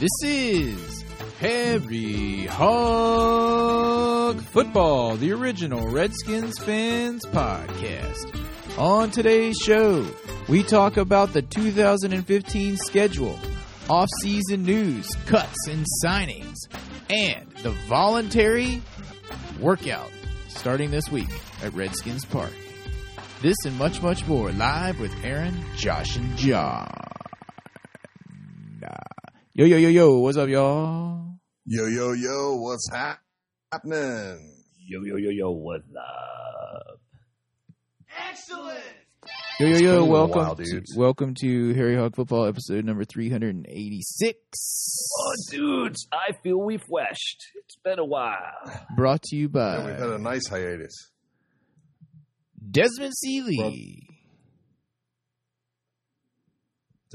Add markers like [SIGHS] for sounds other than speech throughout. This is Harry Hog Football, the original Redskins fans podcast. On today's show, we talk about the 2015 schedule, off-season news, cuts and signings, and the voluntary workout starting this week at Redskins Park. This and much, much more live with Aaron, Josh, and John. Yo, yo, yo, yo, what's up, y'all? Yo, yo, yo, what's hap- happening? Yo, yo, yo, yo, what's up? Yo, yo, yo, been a little welcome, while, to, dudes. welcome to Harry Hog Football episode number 386. Oh, dudes, I feel we fleshed. It's been a while. Brought to you by Yeah, we've had a nice hiatus. Desmond Seeley. Well-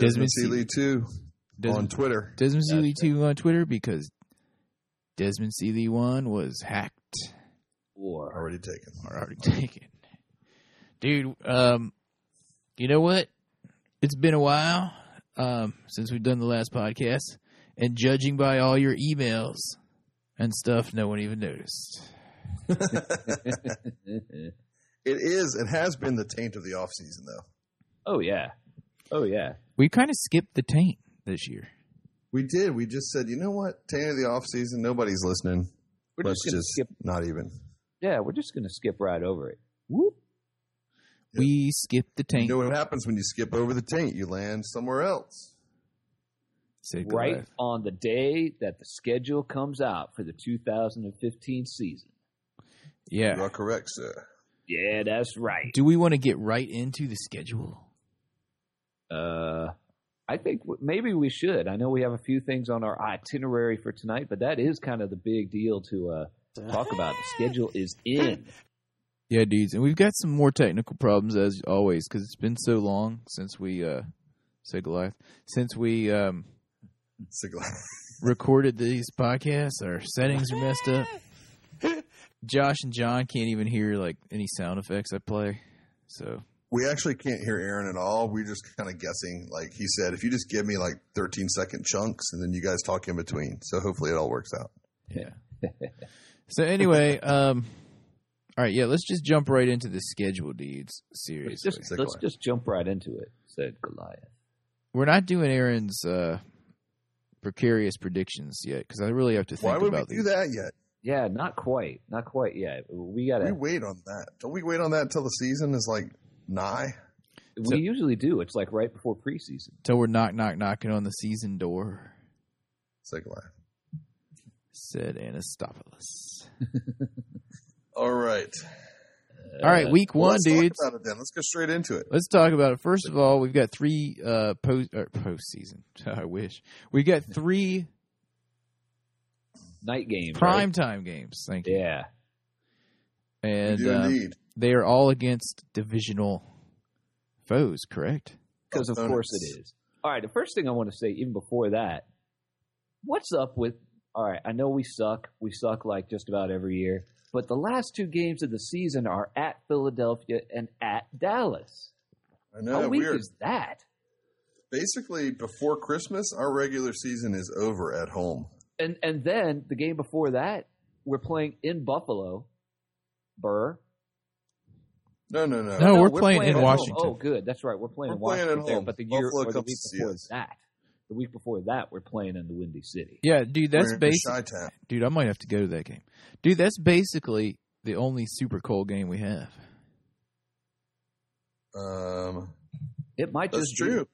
Desmond Desmond Seeley too on Desmond, Twitter. Desmond That's Seeley 2 on Twitter because Desmond Seeley 1 was hacked Or [LAUGHS] Already taken. [LAUGHS] or already [LAUGHS] taken. Dude, um, you know what? It's been a while um, since we've done the last podcast, and judging by all your emails and stuff, no one even noticed. It is. It has been the taint of the offseason, though. oh yeah, oh yeah. We kind of skipped the taint this year. We did. We just said, you know what? Taint of the offseason. Nobody's listening. We're Let's just gonna just skip. not even. Yeah, we're just gonna skip right over it. Whoop. Yeah. We skipped the You taint. know what happens when you skip over the taint? You land somewhere else. Said go Right live. on the day that the schedule comes out for the 2015 season. You Yeah. are correct, sir. Yeah, that's right. Do we want to get right into the schedule? Uh, I think w- maybe we should. I know we have a few things on our itinerary for tonight, but that is kind of the big deal to uh, talk about. The schedule is in. Yeah, dudes, and we've got some more technical problems as always because it's been so long since we uh, said Goliath since we um, It's a gla- recorded these podcasts. Our settings are messed [LAUGHS] up. Josh and John can't even hear like any sound effects I play. So We actually can't hear Aaron at all. We're just kind of guessing. Like he said, if you just give me like 13 second chunks and then you guys talk in between. So hopefully it all works out. so anyway, [LAUGHS] um, all right, yeah, let's just jump right into the schedule, dudes. [LAUGHS] Let's Seriously, just, let's just jump right into it, said Goliath. we're not doing Aaron's uh, precarious predictions yet because I really have to think Why would we about do these. that yet? Yeah, not quite. Not quite yet. We got We to. wait on that. Don't we wait on that until the season is like nigh? We, So- usually do. It's like right before preseason. Till we're knock knock knocking on the season door. It's like, wow. Said Anastopoulos. all right. All right, Uh, week Well, one, let's dudes. Talk about it then. Let's go straight into it. Let's talk about it. First of all, we've got three uh, post or postseason. [LAUGHS] I wish we got three night game. prime right? time games. Thank you, Yeah. We and do um, indeed. they are all against divisional foes. Correct? Because of Opponents. course it is. All right. The first thing I want to say, even before that, what's up with? All right. I know we suck. We suck like just about every year. But the last two games of the season are at Philadelphia and at Dallas. I know. Oh, How weak Weird. is that? Basically, before Christmas, our regular season is over at home. and and then the game before that, we're playing in Buffalo. Burr. No, no, no. No. we're playing in at home. Washington. Oh, good. That's right. We're playing We're in playing at Washington. there, home. But the year Buffalo or the comes week to see before us. that, the week before that, we're playing in the Windy City. Yeah, dude. That's We're in basic. Chi-Town. Dude, I might have to go to that game. Dude, that's basically the only Super Bowl game we have. Um, It might that's just be- true.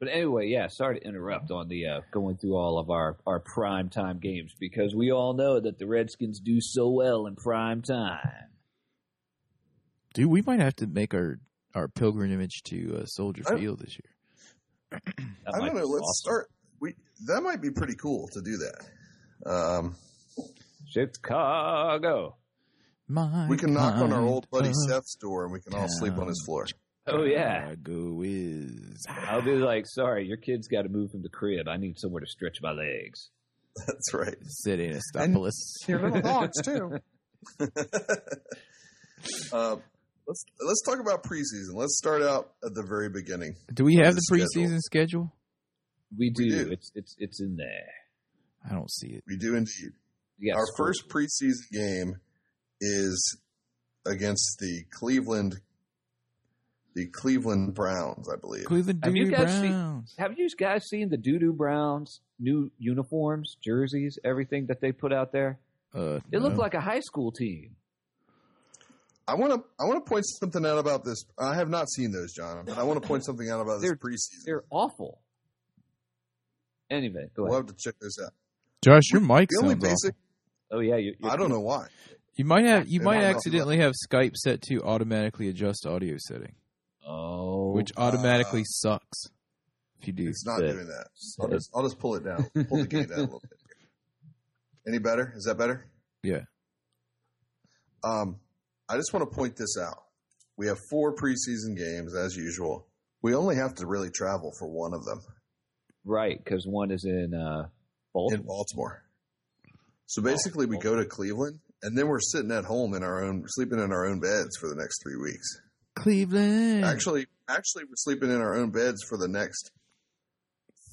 But anyway, yeah. Sorry to Mm-hmm. interrupt on the uh, going through all of our our prime time games because we all know that the Redskins do so well in prime time. Dude, we might have to make our our pilgrimage to uh, Soldier I- Field this year. That I might don't be know. Let's awesome. start. We that might be pretty cool to do that. Um, Chicago. My we can knock on our kind old buddy of Seth's door, and we can all sleep on his floor. Oh yeah. Chicago is. I'll be like, sorry, your kid's got to move from the crib. I need somewhere to stretch my legs. [LAUGHS] That's right. Said Anastopoulos. little dogs too. [LAUGHS] uh, let's let's talk about preseason. Let's start out at the very beginning. Do we have the the preseason schedule? We do. do. It's it's it's in there. I don't see it. We do indeed. Yes. Our first preseason game is against the Cleveland, the Cleveland Browns, I believe. Cleveland Have you Dewey guys seen- Browns. Have you guys seen the Doo Doo Browns new uniforms, jerseys, everything that they put out there? Uh, It looked no. like a high school team. I want to I want to point something out about this. I have not seen those, John, but I want to point something out about this They're- preseason. They're awful. Anyway, go We'll ahead. have to check those out. Josh. Your mic The only sounds basic. Oh yeah, you, I don't know why. You might have you Yeah, might I don't know. accidentally have Skype set to automatically adjust audio setting, Oh, which automatically sucks if you do. uh, It's not Good. doing that. I'll just, I'll just pull it down. Pull the gate down a little bit. Any better? Is that better? Yeah. Um, I just want to point this out. We have four preseason games as usual. We only have to really travel for one of them right? Because one is in in uh, Baltimore. Oh, Baltimore. So basically, we go to Cleveland, and then we're sitting at home in our own, sleeping in our own beds for the next three weeks. Hmm. Cleveland. Actually, actually, we're sleeping in our own beds for the next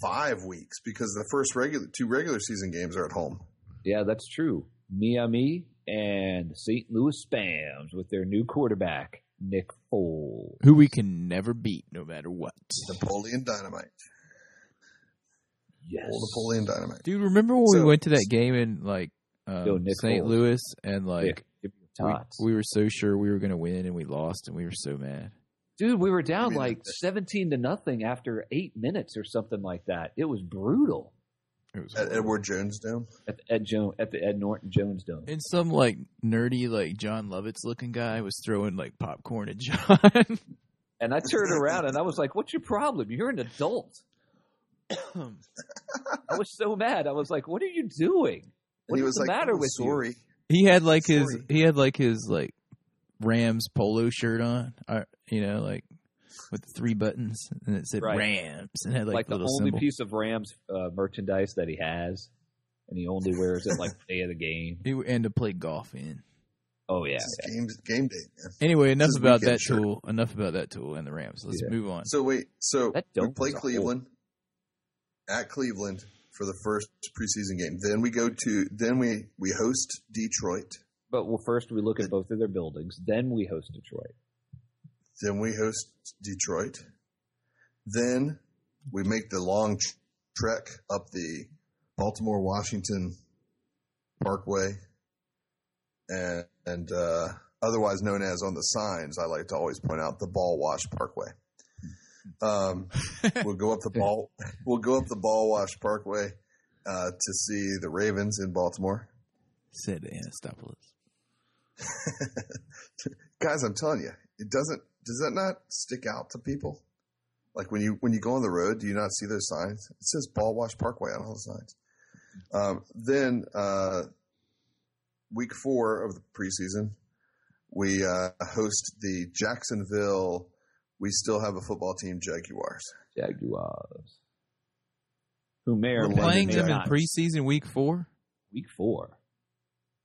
five weeks because the first regular two regular season games are at home. yeah, that's true. Miami and the St. Louis Spams with their new quarterback Nick Foles. who we can never beat, no matter what. Napoleon Dynamite. Yes, Old Napoleon Dynamite. Dude, remember when we So- went to that game in like Yo, um, Nick St. Foles. Louis and like Yeah, give me we, tots. we were so sure we were going to win and we lost and we were so mad. Dude, we were down I mean, like that- 17 to nothing after eight minutes or something like that. It was brutal It was At horrible. Edward Jones Dome. at the Ed, jo- at the Ed Norton Jones Dome. and some like nerdy like John Lovitz looking guy was throwing like popcorn at John. [LAUGHS] And I turned around and I was like, What's your problem? You're an adult. I was so mad. I was like, What are you doing? And he was What's the like, matter "Oh, with you?" sorry. he had like his Sorry. he had like his like Rams polo shirt on, uh, you know, like with the three buttons, and it said Right. Rams, and it had like, Like, the the little only symbol. piece of Rams uh, merchandise that he has. And he only wears it like the day of the game. He and to play golf in. Oh, yeah. This is game, game day, man. Anyway, enough is about weekend that shirt. tool. Enough about that tool and the Rams. Let's Yeah. move on. So wait, so That we dome play was a Cleveland at Cleveland for the first preseason game. Then we go to then we we host Detroit. But well, first we look at both of their buildings. Then we host Detroit. Then we host Detroit. Then we make the long tr- trek up the Baltimore Washington Parkway, and, and uh, otherwise known as on the signs, I like to always point out the Ball Wash Parkway. Um, we'll go up the ball. We'll go up the Ball Wash Parkway uh, to see the Ravens in Baltimore. Said Anastopoulos. guys, I'm telling you, it doesn't. Does that not stick out to people? Like when you when you go on the road, do you not see those signs? It says Ball Wash Parkway on all the signs. Um, then uh, week four of the preseason, we uh, host the Jacksonville. We still have a football team, Jaguars. Jaguars. Who may or We're We're may playing may them in not. preseason week four. week four.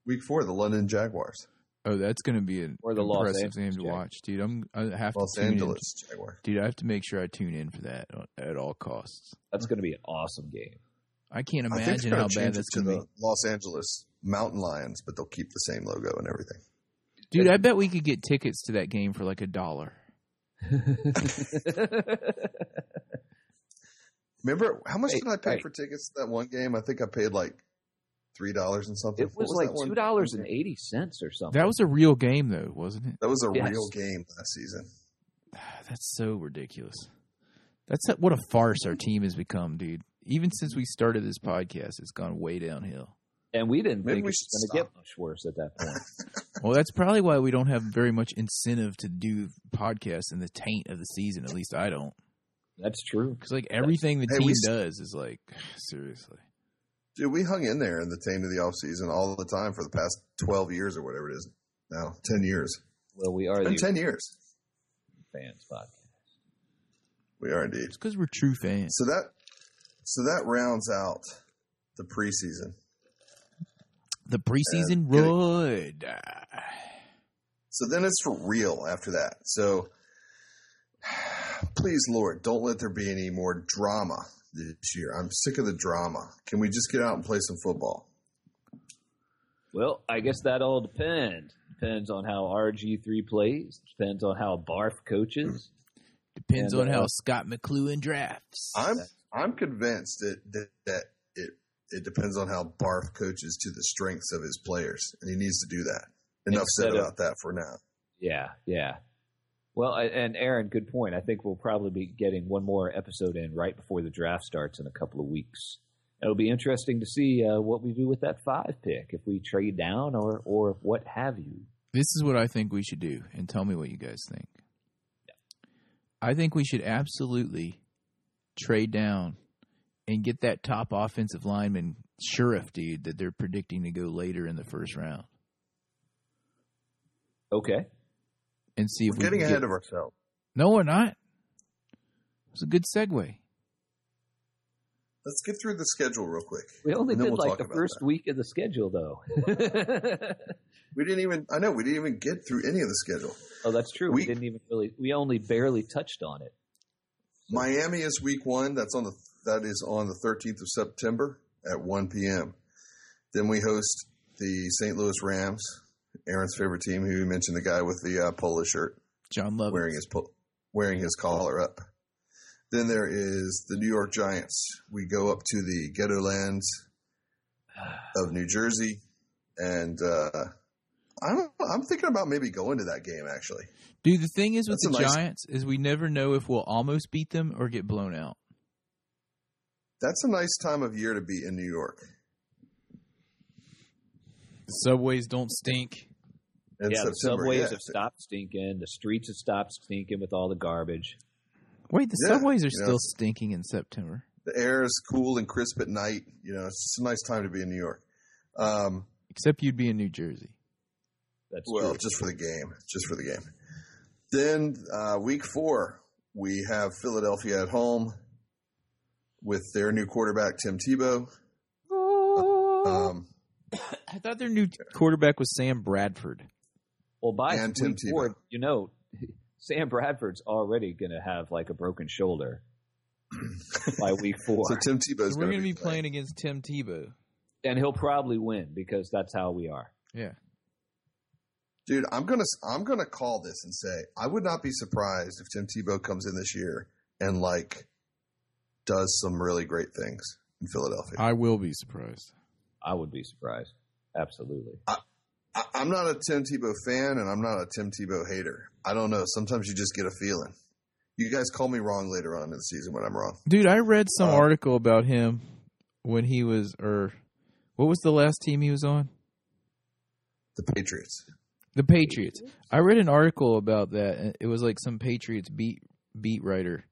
Week four, the London Jaguars, Oh, that's going to be an Or the Los impressive Angeles game to Jaguars. watch, dude. I'm I have Los to tune in. Angeles Jaguars. Dude, I have to make sure I tune in for that at all costs. That's going to be an awesome game. I can't I think imagine they're how gonna bad change it that's to going to be. the Los Angeles Mountain Lions, but they'll keep the same logo and everything. Dude, I bet we could get tickets to that game for like a dollar. Remember how much Hey, did I pay hey. for tickets to that one game? I think I paid like three dollars and something. it What was, like that one- two dollars and eighty cents or something. That was a real game though, wasn't it? That was a Yes. real game last season. [SIGHS] That's so ridiculous. That's a- what a farce our team has become, dude. Even since we started this podcast, it's gone way downhill. and we didn't Maybe think we it was should going to get much worse at that point. Well, that's probably why we don't have very much incentive to do podcasts in the taint of the season. At least I don't, That's true. because like everything the Hey, we team s- does is like [SIGHS] seriously. Dude, we hung in there in the taint of the off season all the time for the past twelve years or whatever it is now. Ten years. Well, we are It's the been ten years. fans podcast. We are indeed. It's because we're true fans. So that so that rounds out the preseason. The preseason uh, get it. road. So then it's for real after that. So please, Lord, don't let there be any more drama this year. I'm sick of the drama. Can we just get out and play some football? Well, I guess that all depends. Depends on how RG3 plays. Depends on how Barf coaches. Depends And, on how uh, Scott McLuhan drafts. I'm I'm convinced that that, that it it depends on how Barf coaches to the strengths of his players, and he needs to do that. Enough said Instead of- about that for now. Yeah, yeah. Well, I- and Aaron, good point. I think we'll probably be getting one more episode in right before the draft starts in a couple of weeks. It'll be interesting to see uh, what we do with that five pick, if we trade down or or what have you. This is what I think we should do, and tell me what you guys think. I think we should absolutely trade down and get that top offensive lineman sheriff dude that they're predicting to go later in the first round, Okay. and see if We're getting we can ahead get, of ourselves. No, we're not. It's a good segue. Let's get through the schedule real quick. We only And then did we'll talk like the about first that. week of the schedule, though. [LAUGHS] We didn't even. I know we didn't even get through any of the schedule. oh, that's true. We, We- didn't even really. We only barely touched on it. Miami is week one. That's on the that is on the 13th of September at 1 p.m. Then we host the St. Louis Rams, Aaron's favorite team, who you mentioned the guy with the uh, polo shirt John Love. wearing his po- wearing his collar up. Then there is the New York Giants. We go up to the ghetto [SIGHS] lands of New Jersey, and uh, I'm I'm thinking about maybe going to that game actually. Dude, the thing is with That's the a nice- Giants is we never know if we'll almost beat them or get blown out. That's a nice time of year to be in New York. The subways don't stink. In yeah, the September, subways yeah. have stopped stinking. The streets have stopped stinking with all the garbage. Wait, the Yeah, subways are you know. still stinking in September. the air is cool and crisp at night. You know, it's just a nice time to be in New York. Um, Except you'd be in New Jersey. That's well, true. just for the game, just for the game. Then uh, week four, we have Philadelphia at home with their new quarterback Tim Tebow. Uh, Um, I thought their new quarterback was Sam Bradford. Well, by And Tim week four, Tebow. you know, [LAUGHS] Sam Bradford's already going to have like a broken [LAUGHS] shoulder by week four, so Tim Tebow's So we're going to be playing against Tim Tebow. and he'll probably win because that's how we are. Yeah. Dude, I'm gonna I'm gonna call this and say I would not be surprised if Tim Tebow comes in this year and like does some really great things in Philadelphia. I will be surprised. I would be surprised. Absolutely. Uh, I, I'm not a Tim Tebow fan, and I'm not a Tim Tebow hater. I don't know. Sometimes you just get a feeling. You guys call me wrong later on in the season when I'm wrong. Dude, I read some Uh, article about him when he was or what was the last team he was on? The Patriots. The Patriots. I read an article about that. and It was like some Patriots beat beat writer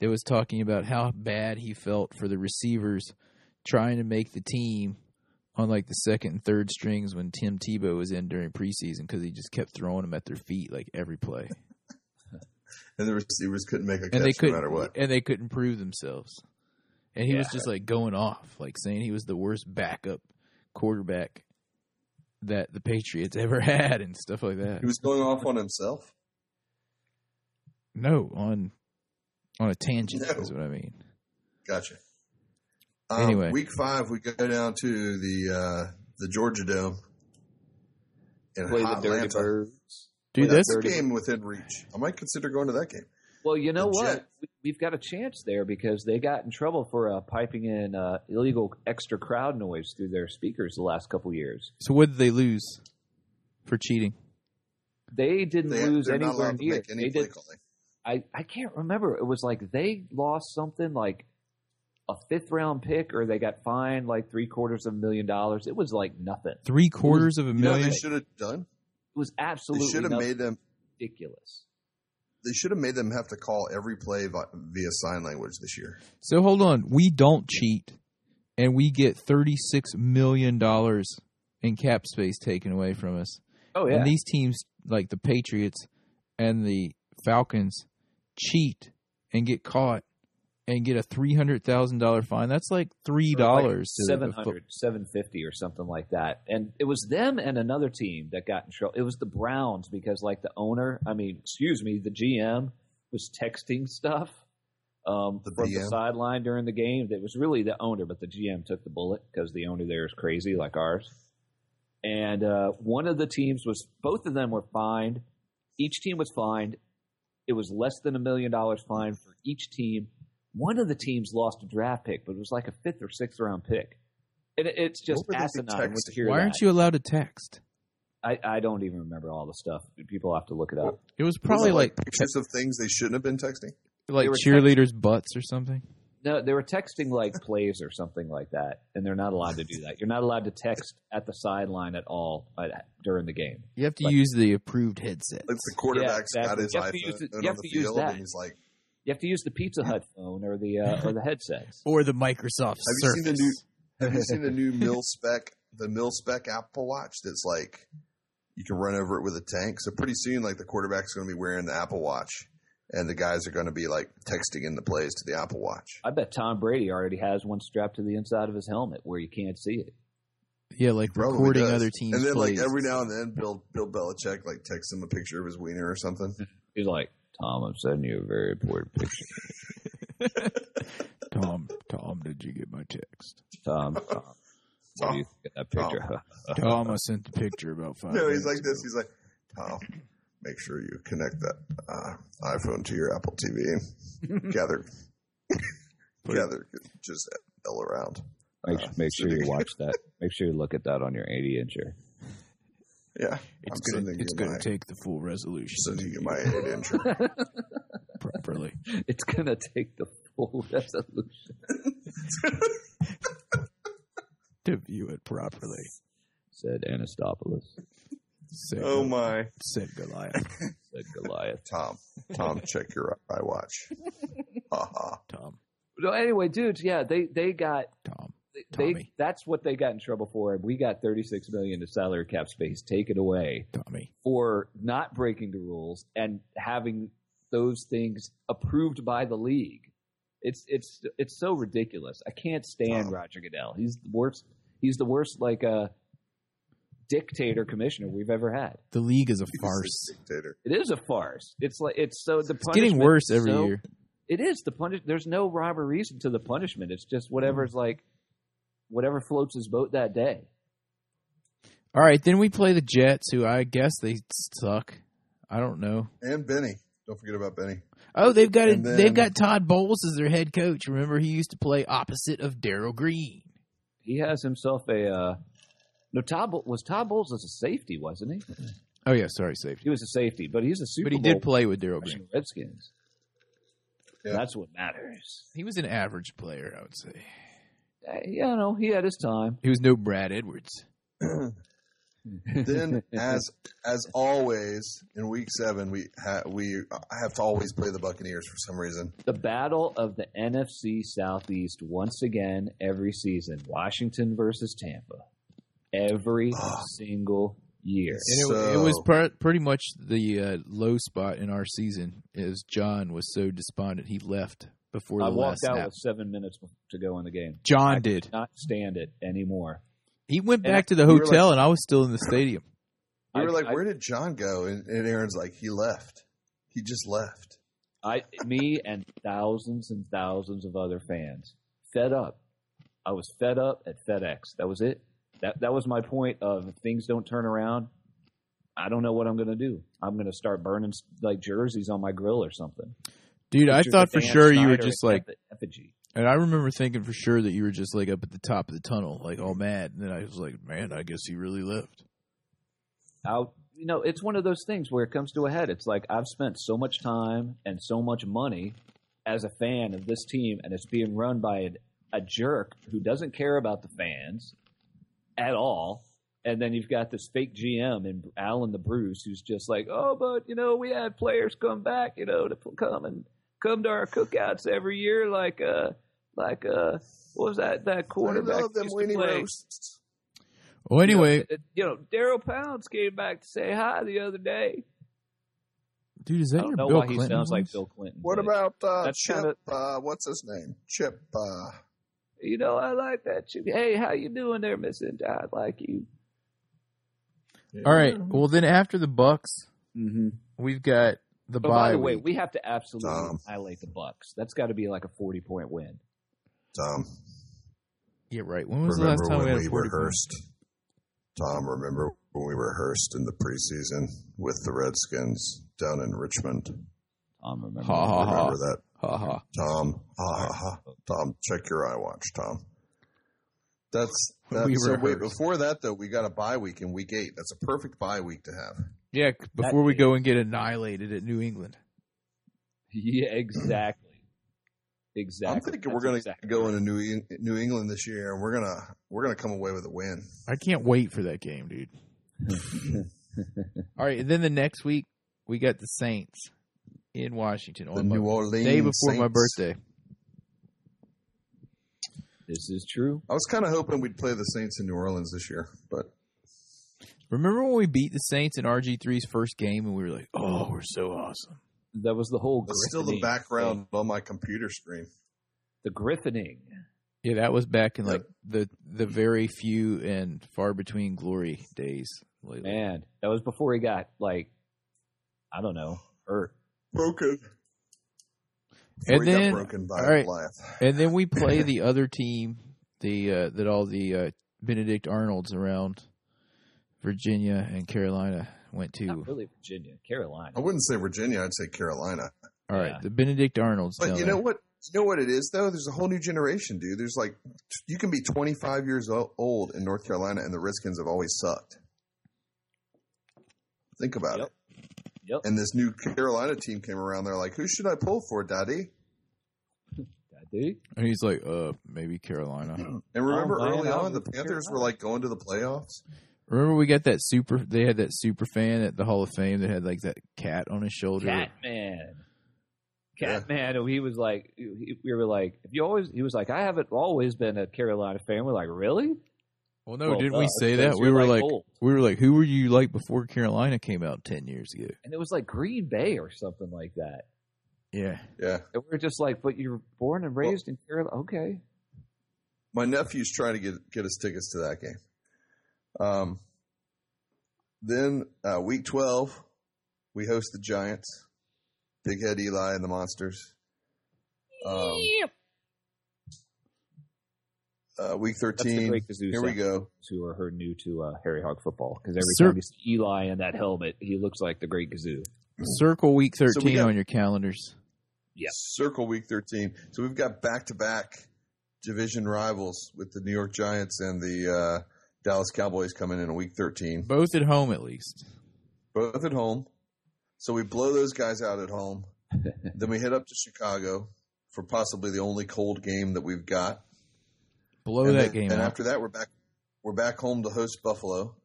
that was talking about how bad he felt for the receivers trying to make the team on like the second and third strings when Tim Tebow was in during preseason because he just kept throwing them at their feet like every play, And the receivers couldn't make a and they catch no couldn't matter what. and they couldn't prove themselves. And he was Yeah. just like going off, like saying he was the worst backup quarterback that the Patriots [LAUGHS] ever had and stuff like that. He was going off on himself. No, on on a tangent No. is what I mean. Gotcha. Um, Anyway. week five, we go down to the uh, the Georgia Dome in Play the hot Dirty Atlanta. Birds. Dude, Play the that's That's a Dirty game within reach. I might consider going to that game. Well, you know The what? Jet- We- We've got a chance there because they got in trouble for uh, piping in uh, illegal extra crowd noise through their speakers the last couple years. so. What did they lose for cheating? They didn't They, lose they're not anywhere allowed to near. make any they play did calling. I, I can't remember. It was like they lost something like a fifth round pick or they got fined like three quarters of a million dollars. It was like nothing. It Three quarters of a You know, what million. they should have done. was They absolutely should have nothing. made them ridiculous. they should have made them have to call every play vi- via sign language this year. so hold on, we don't cheat, and we get thirty six million dollars in cap space taken away from us. Oh yeah. And these teams, like the Patriots and the Falcons, cheat and get caught and get a three hundred thousand dollar fine. That's like three dollars to the- Seven hundred, seven fifty, or something like that, and it was them and another team that got in trouble. It was the Browns because, like, the owner—I mean, excuse me—the GM was texting stuff um, The from the GM? sideline during the game. That was really the owner, but the GM took the bullet because the owner there is crazy like ours. And uh, one of the teams was, both of them were fined. Each team was fined. It was less than a million dollars fine for each team. One of the teams lost a draft pick, but it was like a fifth or sixth round pick. And it, it's just What were they asinine when you texting? hear Why that. aren't you allowed to text? I, I don't even remember all the stuff. People have to look it up. It was probably Was it, like pictures of things they shouldn't have been texting. like they were cheerleaders' butts or something. No, they were [LAUGHS] texting like plays or something like that, and they're not allowed to do that. You're not allowed to text at the sideline at all uh, during the game. You have to Like- use the approved headset. Like the quarterback's Yeah, got exactly. his iPhone You have to use it- you on have the to use field, that. and he's like, You have to use the Pizza Hut phone or the uh, or the headsets. or the Microsoft Have you Surface. seen the new- Have you seen the new mil spec the mil spec Apple Watch that's like you can run over it with a tank? So pretty soon like the quarterback's gonna be wearing the Apple Watch and the guys are gonna be like texting in the plays to the Apple Watch. I bet Tom Brady already has one strapped to the inside of his helmet where you can't see it. yeah, like Probably recording does. other teams' And then plays. like every now and then Bill Bill Belichick like texts him a picture of his wiener or something. He's like, Tom, I'm sending you a very important picture. Tom, Tom, did you get my [LAUGHS] text? [LAUGHS] Tom, Tom, what do you think of that picture? Tom, I sent the picture about five. No, he's minutes like this. ago. He's like, Tom, make sure you connect that uh, iPhone to your Apple [LAUGHS] TV. Gather, Put it- gather, just L around. make, make sure you watch that. Make sure you look at that on your 80 incher. Yeah, It's I'm gonna, sending it's you gonna my- take the full resolution sending you my eight inch. properly. [LAUGHS] It's gonna take the full [LAUGHS] resolution. to view it properly. said Anastopoulos, Said, Oh my, said Goliath, [LAUGHS] said Goliath. [LAUGHS] Tom, Tom, check your iWatch. Ha ha. Tom, No, anyway, dudes, yeah, they they got Tom. they- they Tommy. that's what they got in trouble for. We got 36 million to salary cap space taken away Tommy. for not breaking the rules and having those things approved by the league. It's it's it's so ridiculous. I can't stand Oh. Roger Goodell. He's the worst. He's the worst like uh, dictator commissioner we've ever had. The league is a He's a farce. dictator. It is a farce. It's like it's so the It's getting punishment worse is every so year. it is the punish. There's no rhyme or reason to the punishment. It's just whatever's Mm. like, whatever floats his boat that day. All right, then we play the Jets, who I guess they suck. I don't know. And Benny, don't forget about Benny. Oh, they've got And then- they've got Todd Bowles as their head coach. Remember, he used to play opposite of Daryl Green. He has himself a. Uh, no, Todd Bo- was Todd Bowles as a safety, wasn't he? Oh yeah, sorry, safety. He was a safety, but he's a Super But he Bowl did play with Daryl Green. Washington Redskins. Yeah. That's what matters. He was an average player, I would say. Uh, Yeah, you know, he had his time. He was no Brad Edwards. [LAUGHS] Then, as as always, in week seven, we ha- we have to always play the Buccaneers for some reason. the battle of the NFC Southeast once again every season. Washington versus Tampa, every Ah. single year. And it, it was pr- pretty much the uh, low spot in our season, as John was so despondent he left before the I last walked out snap. with seven minutes to go in the game. John I did. could not stand it anymore. He went And back to the we were like- hotel, and I was still in the stadium. We were I- like, I- "Where did John go?" And, and Aaron's like, "He left. He just left." I, me, and thousands and thousands of other fans fed up. I was fed up at FedEx. That was it. That that was my point of if things don't turn around, I don't know what I'm going to do. I'm going to start burning like jerseys on my grill or something. Dude, I pictures thought of for Dan sure you were Snyder just in like, effi- effigy. and I remember thinking for sure that you were just like up at the top of the tunnel, like all mad. And then I was like, man, I guess he really left. I'll, you know, it's one of those things where it comes to a head. It's like I've spent so much time and so much money as a fan of this team, and it's being run by a, a jerk who doesn't care about the fans at all. And then you've got this fake GM and Alan the Bruce, who's just like, oh, but you know, we had players come back, you know, to p- come and come to our cookouts every year, like uh, like uh, what was that that quarterback? love them used to weenie play? roasts. Well, anyway, you know, Daryl Pounds came back to say hi the other day. dude, is I that don't your know Bill why Clinton? he sounds like voice? Bill Clinton. What but, about uh, That's Chip? kinda- Uh, what's his name? Chip. Uh, you know? I like that. chick. Hey, how you doing there, Miss Indy? I like you. All right. Well, then after the Bucks, Mm-hmm. we've got the But bye Oh, by the way, week. we have to absolutely Tom. annihilate the Bucks. That's got to be like a forty point win. Tom, yeah, right. When was the last remember time we when had we a 40 rehearsed? Tom, remember when we rehearsed in the preseason with the Redskins down in Richmond? Tom, remember? Ha, ha, ha. Remember that, Ha ha. Tom? Ha ha ha. Tom, check your eye watch, Tom. [LAUGHS] That's, that's We so wait, rehearsed. before that though, we got a bye week in week eight. That's a perfect bye week to have. Yeah, c- before we day. go and get annihilated at New England. [LAUGHS] Yeah, exactly. Exactly. I'm thinking we're That's going to exactly go right. into New Eng- New England this year, and we're gonna we're gonna come away with a win. I can't wait for that game, dude. [LAUGHS] All right, and then the next week we got the Saints in Washington The on New my Orleans Oh, day before my Saints. birthday. This is true. I was kind of hoping we'd play the Saints in New Orleans this year, but Remember when we beat the Saints in RG3's first game and we were like, "Oh, we're so awesome." That was the whole. that's still the griffining background thing. on my computer screen. The griffining. Yeah, that was back in Yeah. like the the very few and far between glory days. Lately. Man, that was before he got like, I don't know, hurt. Broken. And we then- got broken by all right. Goliath. And then we play the other team, the uh, that all the uh, Benedict Arnold's around Virginia and Carolina went to. Not really Virginia, Carolina. I wouldn't say Virginia. I'd say Carolina. All right, Yeah. the Benedict Arnold's. But down you there. know what? You know what it is though. There's a whole new generation, dude. There's like you can be 25 years o- old in North Carolina, and the Redskins have always sucked. Think about Yep. it. Yep. And this new Carolina team came around. They're like, "Who should I pull for, Daddy?" That dude. And he's like, uh, maybe Carolina. And remember, man, early I on, the was Panthers Carolina. were like going to the playoffs. Remember we got that super. They had that super fan at the Hall of Fame that had like that cat on his shoulder. Catman. Catman, who he was like, he- we were like, if you always, he was like, I haven't always been a Carolina fan. We're like, really? Well, no, Well, uh, didn't duh, we say that? because We you're, were like, old. we were like, who were you like before Carolina came out ten years ago? and it was like Green Bay or something like that. Yeah, Yeah. And we were just like, but you're born and raised in Carolina. Okay. My nephew's trying to get get us tickets to that game. Um, then uh, week twelve, we host the Giants, Big Head Eli and the Monsters. Um, uh, week That's the thirteen, great Kazoo here we go. Who are her new to uh, Harry Hog football because every Sir- time you see Eli in that helmet, he looks like the Great Kazoo. circle week we thirteen got- on your calendars. Yeah. Circle week thirteen. So we've got back to back division rivals with the New York Giants and the uh, Dallas Cowboys coming in week thirteen. Both at home, at least. both at home. So we blow those guys out at [LAUGHS] home. then we head up to Chicago for possibly the only cold game that we've got. Blow and that then- game And out. after that, we're back. We're back home to host Buffalo,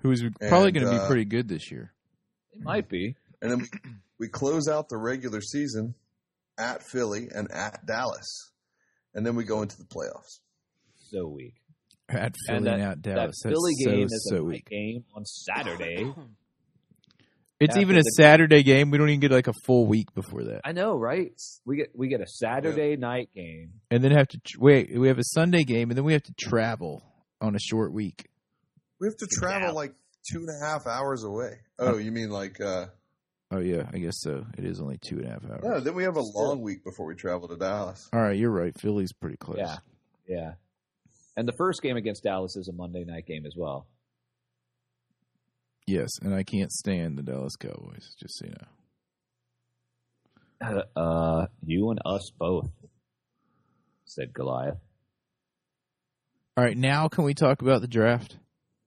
Who's probably and, going to be uh, pretty good this year? It might be. and [CLEARS THROAT] then we, we close out the regular season at Philly and at Dallas, and then we go into the playoffs. So weak. At Philly and, and that- out Dallas. that Philly That's game so, is so a night weak. game on Saturday. It's after even a the- Saturday game. We don't even get like a full week before that, I know, right? We get we get a Saturday night game. and then have to tr- wait. We have a Sunday game, and then we have to travel on a short week. We have to travel Dallas. like two and a half hours away. Oh, you mean like uh, Oh yeah, I guess so. It is only two and a half hours. no? Then we have a long week before we travel to Dallas. All right, you're right. Philly's pretty close. Yeah, yeah. And the first game against Dallas is a Monday night game as well. Yes, and I can't stand the Dallas Cowboys. Just so you know, Uh, you and us both," said Goliath. all right. Now, can we talk about the draft?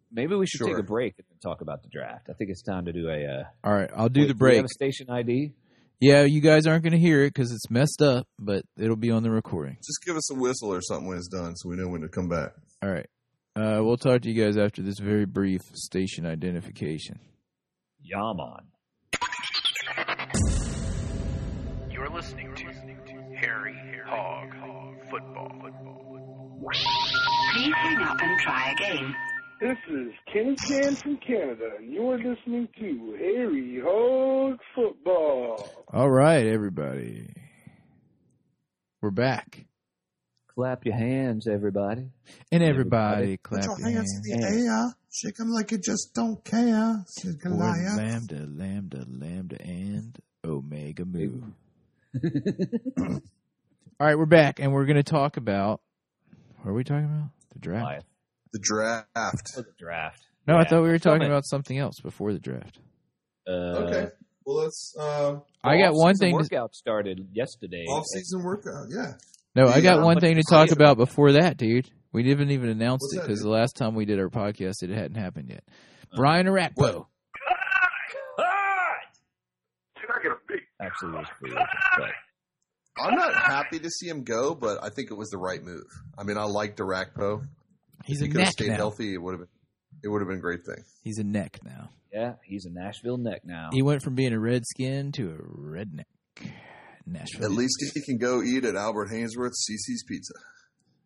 Maybe we should Sure. take a break and talk about the draft. I think it's time to do a uh, All right, I'll do wait, the we break. have a station ID. yeah, you guys aren't going to hear it because it's messed up, but it'll be on the recording. Just give us a whistle or something when it's done, so we know when to come back. All right, uh, we'll talk to you guys after this very brief station identification. Yaman. You're listening to Harry Hog Football. Please hang up and try again. This is Kenny Chan from Canada, and you're listening to Harry Hog Football. All right, everybody, we're back, Clap your hands, everybody. and everybody, clap your Put your hands hands. in the air. Shake 'em like you just don't care, says Gordon Goliath. Lambda, lambda, lambda, and Make a move. [COUGHS] All right, we're back, and we're going to talk about. What are we talking about? The draft? Goliath. The draft. For the draft. no, I Yeah. thought we were talking Summit. about something else before the draft. Uh, Okay. Well, let's uh, I got one thing. To, Workout started yesterday. off-season workout. Yeah. no, I got Yeah, one but thing to it's talk later. about before that, dude. We didn't even announce What's it that, because dude? Oh. the last time we did our podcast, it hadn't happened yet. Uh, Brian Arakpo. Can I get a big Absolutely. was pretty open, but- I'm [LAUGHS] not happy to see him go, but I think it was the right move. I mean, I liked Arakpo. He's If a he could have neck stayed now. healthy, it would have been it would have been a great thing. He's a neck now. Yeah, he's a Nashville neck Oh. now. He went from being a redskin to a redneck. Nashville. At least he can go eat at Albert Hainsworth's CC's Pizza. [LAUGHS]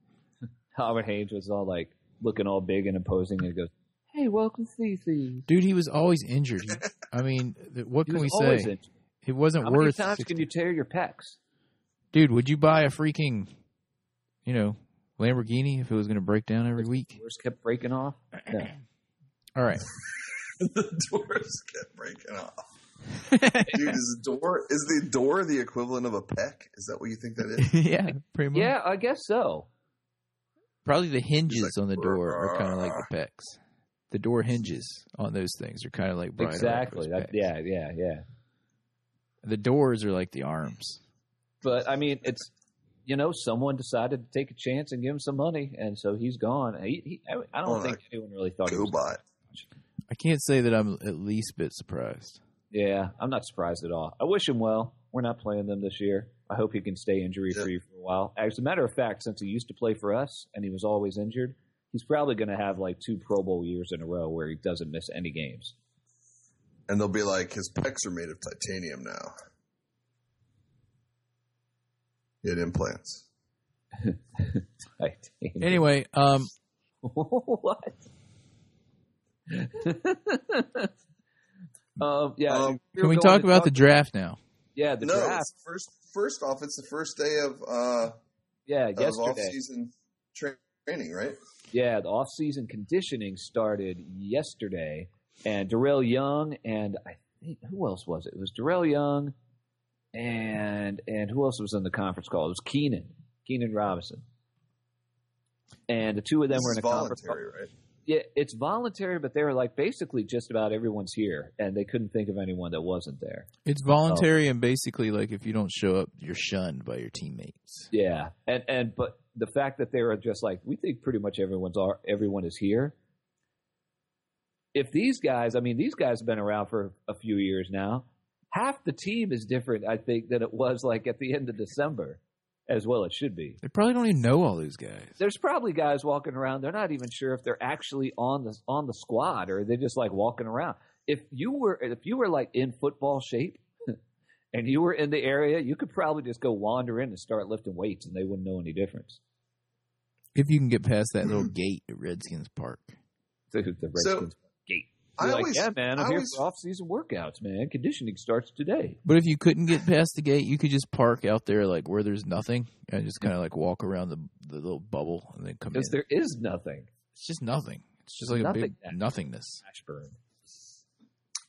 Albert Haynes was all like looking all big and imposing, and he goes, "Hey, welcome to CC." Dude, he was always injured. He- I mean, th- what He can we was always say? in- It wasn't How many worth. times 60 can you tear your pecs? Dude, would you buy a freaking, you know, Lamborghini if it was going to break down every [LAUGHS] week? Doors kept breaking off. No. All right. [LAUGHS] the doors kept breaking off. Dude, is the door is the door the equivalent of a peck? Is that what you think that [LAUGHS] is? yeah, pretty much. Yeah, I guess so. Probably the hinges It's like, on the door are kind of like the pecs. The door hinges on those things are kind of like Brian exactly. Arakpo's That, pecs. yeah, yeah, yeah. The doors are like the arms. But I mean, it's you know, someone decided to take a chance and give him some money, and so he's gone. He, he, I I don't Oh, think anyone really thought. he Go was- by. I can't say that I'm at least bit surprised. Yeah, I'm not surprised at all. I wish him well. We're not playing them this year. I hope he can stay injury free for a while. As a matter of fact, since he used to play for us and he was always injured, he's probably going to have like two Pro Bowl years in a row where he doesn't miss any games. And they'll be like, his pecs are made of titanium now. He had implants. I [LAUGHS] think. Anyway, um, what? [LAUGHS] um, yeah. Um, we were can we going talk to about the draft now? yeah the no, draft? it's first first off, it's the first day of uh Yeah, of off yesterday. season training, right? Yeah, the off-season conditioning started yesterday, and Darrell Young and I think who else was it? It was Darrell Young, and and who else was in the conference call? It was Keenan, Keenan Robinson, and the two of them This were in is a conference call. voluntary, right? Yeah, it's voluntary, but they were like basically just about everyone's here, and they couldn't think of anyone that wasn't there. It's voluntary and basically like if you don't show up, you're shunned by your teammates. Yeah, and and but the fact that they are just like we think pretty much everyone's are everyone is here. If these guys, I mean, these guys have been around for a few years now. Half the team is different, I think, than it was like at the end of December, as well. It should be. They probably don't even know all these guys. There's probably guys walking around. They're not even sure if they're actually on the on the squad or they're just like walking around. If you were if you were like in football shape. [LAUGHS] And you were in the area, you could probably just go wander in and start lifting weights, and they wouldn't know any difference. [LAUGHS] If you can get past that little gate at Redskins Park. to the So, Redskins gate. I You're like, always yeah, man, I'm I here always- Oh, for off-season workouts, man. Conditioning starts today. But if you couldn't get past the gate, you could just park out there like where there's nothing and just kind of like walk around the, the little bubble and then come in. Because there is nothing. it's just nothing. It's just like a big Nothing. nothingness. Ashburn.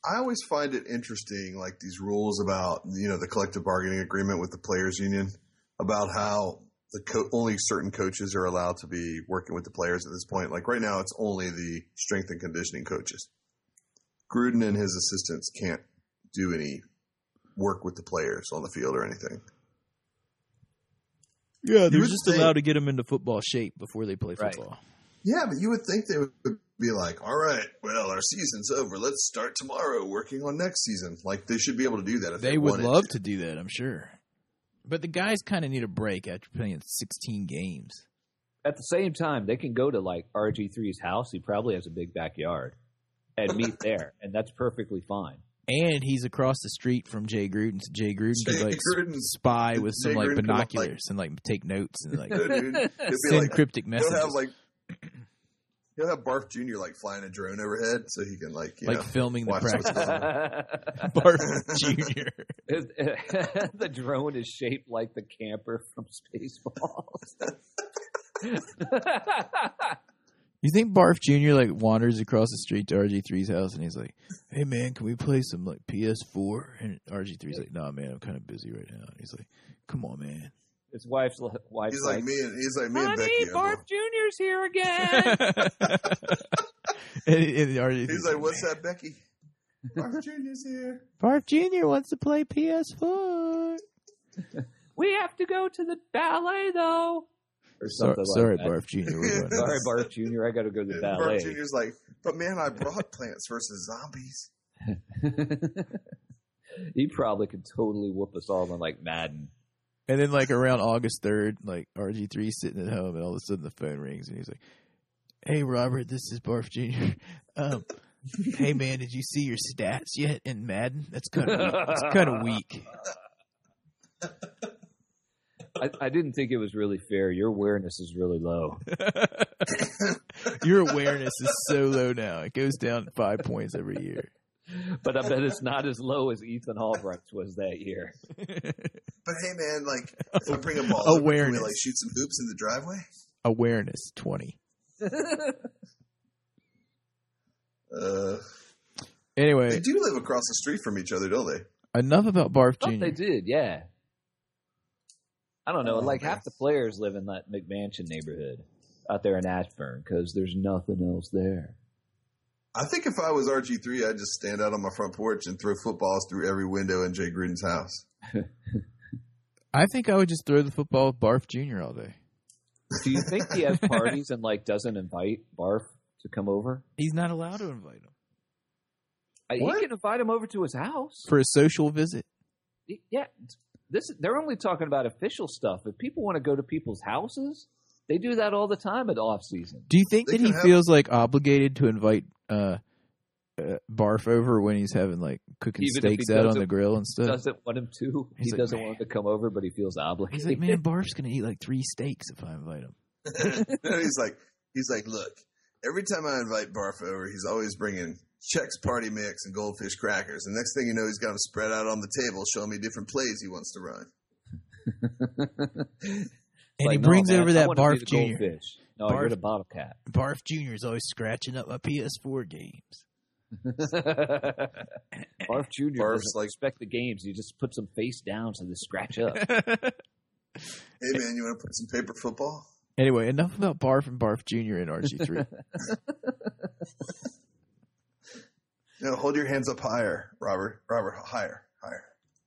I always find it interesting, like these rules about you know the collective bargaining agreement with the players union about how the co- only certain coaches are allowed to be working with the players at this point. Like right now, it's only the strength and conditioning coaches. Gruden and his assistants can't do any work with the players on the field or anything. Yeah, they're would just think- allowed to get them into football shape before they play Right. football. Yeah, but you would think they would be like, all right, well, our season's over. Let's start tomorrow working on next season. Like, they should be able to do that if they, They would wanted love to. to do that, I'm sure. But the guys kind of need a break after playing 16 games. At the same time, they can go to like RG3's house. He probably has a big backyard [LAUGHS] and meet there, and that's perfectly fine. And he's across the street from Jay Gruden. So Jay Gruden Jay could like Gruden. spy with some Jay like Gruden could, like- binoculars and like take notes and [LAUGHS] like Yeah, dude. It'd [LAUGHS] be send like, cryptic messages. he'll have like, [CLEARS THROAT] he'll have Barf Jr. like flying a drone overhead so he can like, you like know, filming the watch what's practice. going on. [LAUGHS] Barf Junior. [LAUGHS] the drone is shaped like the camper from Spaceballs. You think Barf Jr. like wanders across the street to RG3's house and he's like, "Hey man, can we play some like PS4?" And RG3's like, "Nah man, I'm kind of busy right now." And he's like, "Come on man." [LAUGHS] His wife's wife's He's like me and he's like me and Becky. have one. Junior's here and, again. and RG3 He's like, "What's that, Becky?" [LAUGHS] Barf Junior's here. Barf Jr. wants to play PS4." we have to go to the ballet though. Or Sorry, something sorry like that. Barf Jr. We're [LAUGHS] going [LAUGHS] Sorry, Barf Junior. I got to go to the And ballet. Barf Junior's like, "But man, I brought Plants versus Zombies." [LAUGHS] he probably could totally whoop us all on like Madden. And then like around August third, like RG 3s sitting at home, and all of a sudden the phone rings, and he's like, "Hey Robert, this is Barf Jr. [LAUGHS] Um, hey man, did you see your stats yet in Madden? That's kind of that's kind of weak. I, I didn't think it was really fair. Your awareness is really low. [LAUGHS] [LAUGHS] Your awareness is so low now; it goes down five points every [LAUGHS] year. But I bet it's not as low as Ethan Albright's was that year. [LAUGHS] But hey, man, like, if I bring a ball, up, can we Awareness. like shoot some hoops in the driveway. Awareness twenty. Uh, they Anyway, do live across the street from each other, don't they? enough about Barf thought they Jr. did, yeah. I don't know. Oh, like man. half the players live in that McMansion neighborhood out there in Ashburn because there's nothing else there. I think if I was RG three, I'd just stand out on my front porch and throw footballs through every window in Jay Gruden's house. I think I would just throw the football at Barf Jr. all day. Do you think [LAUGHS] he has parties and like doesn't invite Barf to come over? He's not allowed to invite him I, he What? can invite him over to his house. for a social visit. yeah, this they're only talking about official stuff. If people want to go to people's houses, they do that all the time at off season. Do you think They that he could have- feels like obligated to invite uh, uh, Barf over when he's having like cooking Even if he steaks out on doesn't- the grill and stuff? Doesn't want him to. He's He like, doesn't "Man." want him to come over, but he feels He's obligated. like, man, Barf's gonna eat like three steaks if I invite him. [LAUGHS] he's like, he's like, look, every time I invite Barf over, he's always bringing Chex Party Mix and Goldfish Crackers. And next thing you know, he's got them spread out on the table, showing me different plays he wants to run. [LAUGHS] And he Like, "No, brings man, over I that wanna be Barf the Junior. goldfish." No, Barf- you're the bottle [LAUGHS] cap. Barf Junior is always scratching up my PS4 games. Barf Junior Barf's doesn't like- respect the games. He just puts them face down so they [LAUGHS] scratch up. Hey man, you want to put some paper football? anyway, enough about Barf and Barf Junior and RG [LAUGHS] three. No, hold your hands up higher, Robert. Robert, higher, higher.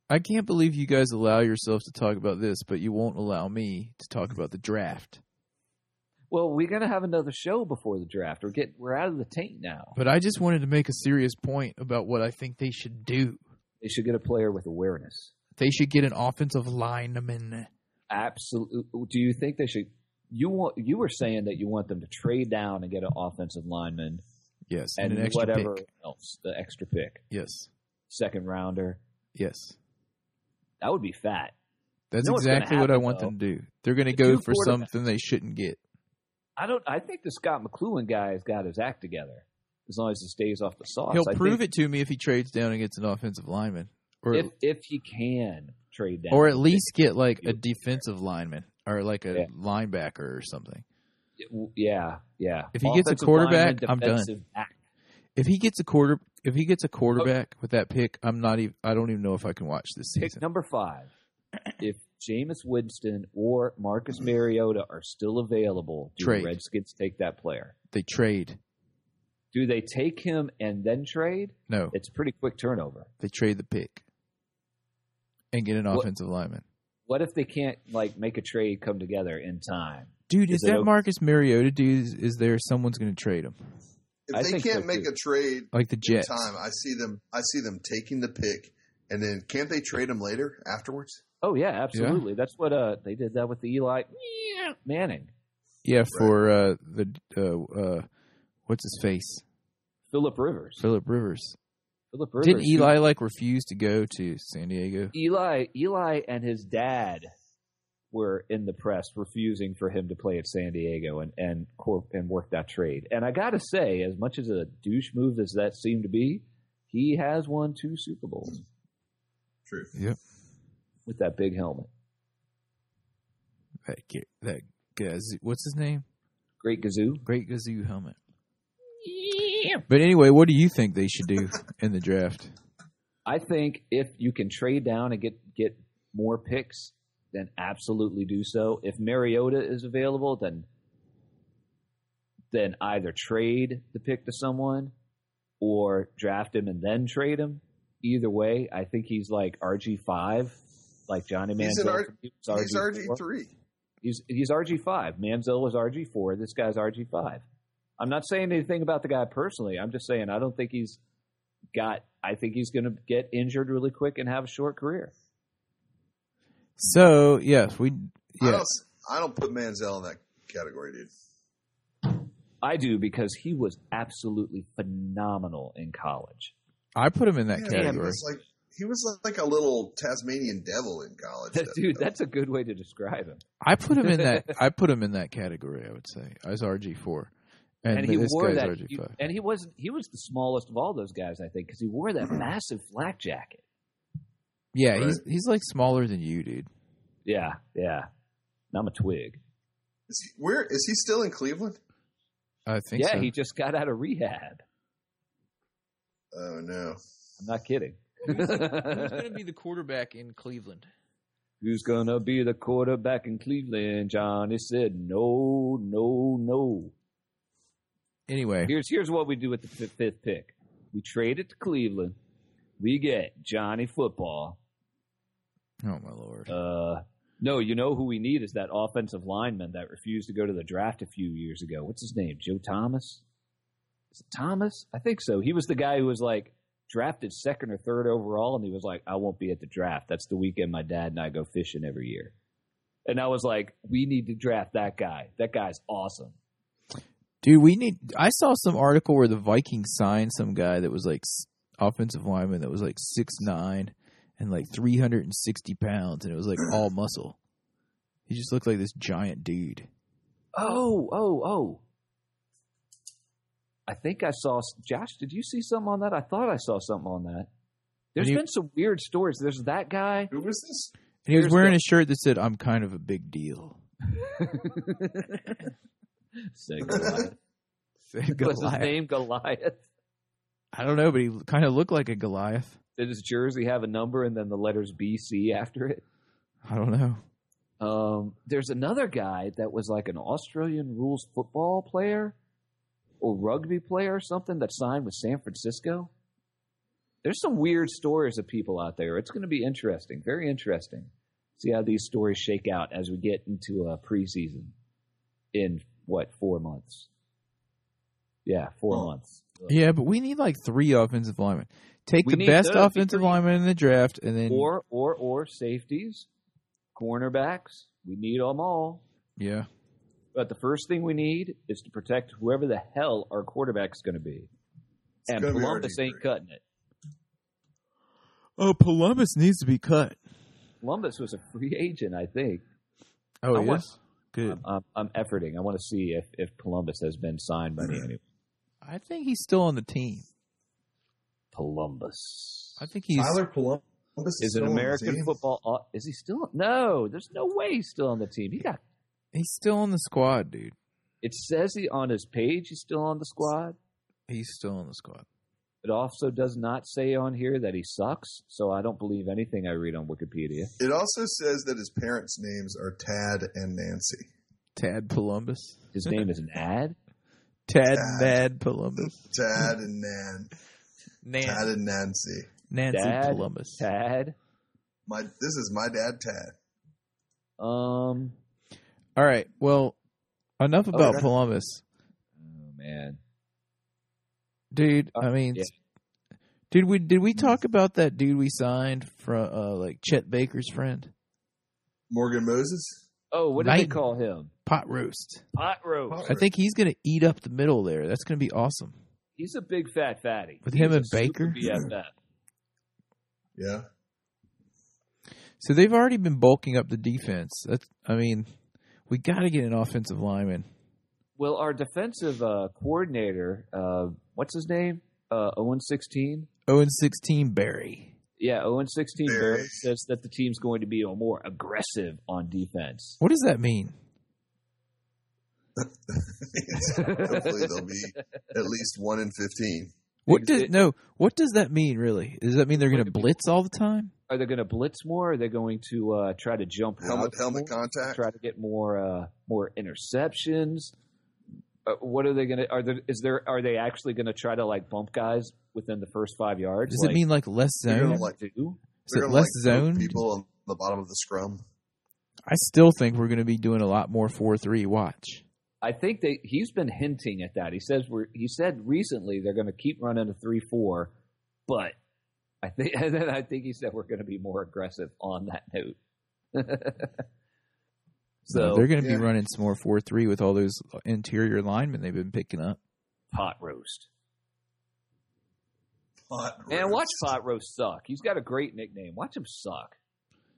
I can't believe you guys allow yourselves to talk about this, but you won't allow me to talk about the draft. well, we're gonna have another show before the draft. We're getting we're out of the taint now. But I just wanted to make a serious point about what I think they should do. They should get a player with awareness. They should get an offensive lineman. Absolutely. Do you think they should? You want you were saying that you want them to trade down and get an offensive lineman Yes, and, and, an extra whatever pick. else, the extra pick, Yes, second rounder. yes. That would be fat. That's know what's gonna exactly what I happen, want though. them to do. They're going to The go two for quarterbacks- something they shouldn't get. I don't. I think the Scott McLuhan guy has got his act together. As long as he stays off the sauce, He'll I prove think it to me if he trades down and gets an offensive lineman, or if if he can trade down, or at least get like a defensive lineman or like a Yeah. linebacker or something. yeah, yeah. If he gets a quarterback, I'm done. defensive back. If he gets a quarter, if he gets a quarterback with that pick, I'm not even. I don't even know if I can watch this Pick season. number five. If Jameis Winston or Marcus Mariota are still available, do Trade. the Redskins take that player? They trade. Do they take him and then trade? No, It's pretty quick turnover. they trade the pick and get an What- offensive lineman. What if they can't like make a trade come together in time? Dude, is, Is it that okay? Marcus Mariota dude? Is, is there someone's going to trade him? If I they think can't so, make too. a trade Like the in Jets. time, I see them. I see them taking the pick, and then can't they trade him later afterwards? Oh yeah, absolutely. That's what uh they did that with the Eli Manning, Yeah, for uh, the uh, uh, what's his face, Philip Rivers. Philip Rivers. Philip Rivers. Didn't Eli like refuse to go to San Diego? Eli Eli and his dad were in the press refusing for him to play at San Diego and and cor- and work that trade. And I got to say as much as a douche move as that seemed to be, he has won two Super Bowls True. with that big helmet. That kid, that guy, Z- what's his name? Great Gazoo. Great Gazoo helmet. But anyway, what do you think they should do in the draft? I think if you can trade down and get get more picks, then absolutely do so. If Mariota is available, then then either trade the pick to someone or draft him and then trade him. Either way, I think he's like RG five, like Johnny He's an Manziel. R- was He's RG4. RG three. He's he's RG five. Manziel was RG four. This guy's RG five. I'm not saying anything about the guy personally. I'm just saying I don't think he's got. I think he's going to get injured really quick and have a short career. So yes, we I yeah don't. s- I don't put Manziel in that category, dude. I do because he was absolutely phenomenal in college. [LAUGHS] I put him in that Yeah, He category. was like he was like a little Tasmanian devil in college. That, though. dude, that's a good way to describe him. I put him in that I put him in that category. I would say as RG four, and, And, he this wore guy's that. RG he- five. and he was he was the smallest of all those guys, I think, because he wore Mm-hmm. that massive flak jacket. Yeah, Right. he's he's like smaller than you, dude. Yeah, yeah. And I'm a twig. Is he, where is he still in Cleveland? I think. Yeah, so. he just got out of rehab. Oh no, I'm not [LAUGHS] kidding. [LAUGHS] to be the quarterback in Cleveland? Who's gonna be the quarterback in Cleveland? Johnny said, "No, no, no." Anyway, Here's here's what we do with the fi- fifth pick. We trade it to Cleveland. We get Johnny Football. oh my lord. Uh, no, you know who we need is that offensive lineman that refused to go to the draft a few years ago. What's his name? Joe Thomas? Is it Thomas? I think so. He was the guy who was like drafted second or third overall, and he was like, I won't be at the draft. That's the weekend my dad and I go fishing every year. And I was like, we need to draft that guy. That guy's awesome. Dude, we need. I saw some article where the Vikings signed some guy that was like s- offensive lineman that was like six nine and like three hundred and sixty pounds, and it was like [CLEARS THROAT] all muscle. He just looked like this giant dude. Oh, oh, oh. I think I saw Josh, did you see something on that? I thought I saw something on that. There's you- been some weird stories. There's that guy. who was this? And he was Here's wearing the- a shirt that said, "I'm kind of a big deal." [LAUGHS] [LAUGHS] Say Goliath. Said What's his Goliath. name? Goliath. I don't know, but he kind of looked like a Goliath. Did his jersey have a number and then the letters BC after it? I don't know. Um, there's another guy that was like an Australian rules football player or rugby player or something that signed with San Francisco. There's some weird stories of people out there. It's going to be interesting, very interesting. See how these stories shake out as we get into a preseason in what four months? Yeah, four Well, months. Yeah, but we need like three offensive linemen. Take We the need best those offensive three. lineman in the draft, and then or or or safeties, cornerbacks. We need them all. yeah, But the first thing we need is to protect whoever the hell our quarterback's going to be. and gonna be Columbus RG3. ain't cutting it. oh, Columbus needs to be cut. Columbus was a free agent, I think. Oh, I yes, want- good. I'm, I'm, I'm efforting. I want to see if, if Columbus has been signed by Mm-hmm. anyone. I think he's still on the team. Columbus I think he's. Tyler Columbus is still an on the American team? football. au- Is he still? No, there's no way he's still on the team. He got. He's still on the squad, dude. It says he on his page. He's still on the squad. He's still on the squad. It also does not say on here that he sucks, so I don't believe anything I read on Wikipedia. It also says that his parents' names are Tad and Nancy. Tad Columbus. His name is Nad. Tad Tad. Mad Columbus. Tad and Nan. Tad Nan- and Nancy. Nancy Dad. Columbus. Tad. My this is my dad Tad. Um. All right. Well, enough about Okay. Columbus, Oh man. dude. Uh, I mean, yeah. did we did we talk about that dude we signed from uh, like Chet Baker's friend? Morgan Moses. Oh, what do they Knight. call him? Pot roast. Pot roast. I think he's gonna eat up the middle there. That's gonna be awesome. He's a big fat fatty. With He's him a and Baker? super BFF. Yeah. [LAUGHS] So they've already been bulking up the defense. That's, I mean, we got to get an offensive lineman. Well, our defensive uh, coordinator, uh, what's his name? Uh, Owen sixteen. Owen oh sixteen Barry. Yeah, Owen sixteen Barry. Barry says that the team's going to be more aggressive on defense. What does that mean? Hopefully, they'll be at least one in fifteen. What Because does it- no? What does that mean, really? Does that mean they're going to blitz all the time? Are they going to blitz more? Are they going to uh, try to jump Helmet routes helmet more? contact. Try to get more uh, more interceptions. Uh, what are they going to? Are there? Is there? Are they actually going to try to like bump guys within the first five yards? Does it like mean like less You're gonna zone? like- do? Is it gonna, less poke zoned? People on the bottom of the scrum. I still think we're going to be doing a lot more four three. Watch. I think that he's been hinting at that. He says we're. He said recently they're going to keep running a three four, but I think [LAUGHS] and then I think he said we're going to be more aggressive on that note. [LAUGHS] So so they're going to yeah. be running some more four three with all those interior linemen they've been picking up. pot roast. Pot Man, roast. watch Pot Roast suck. He's got a great nickname. Watch him suck.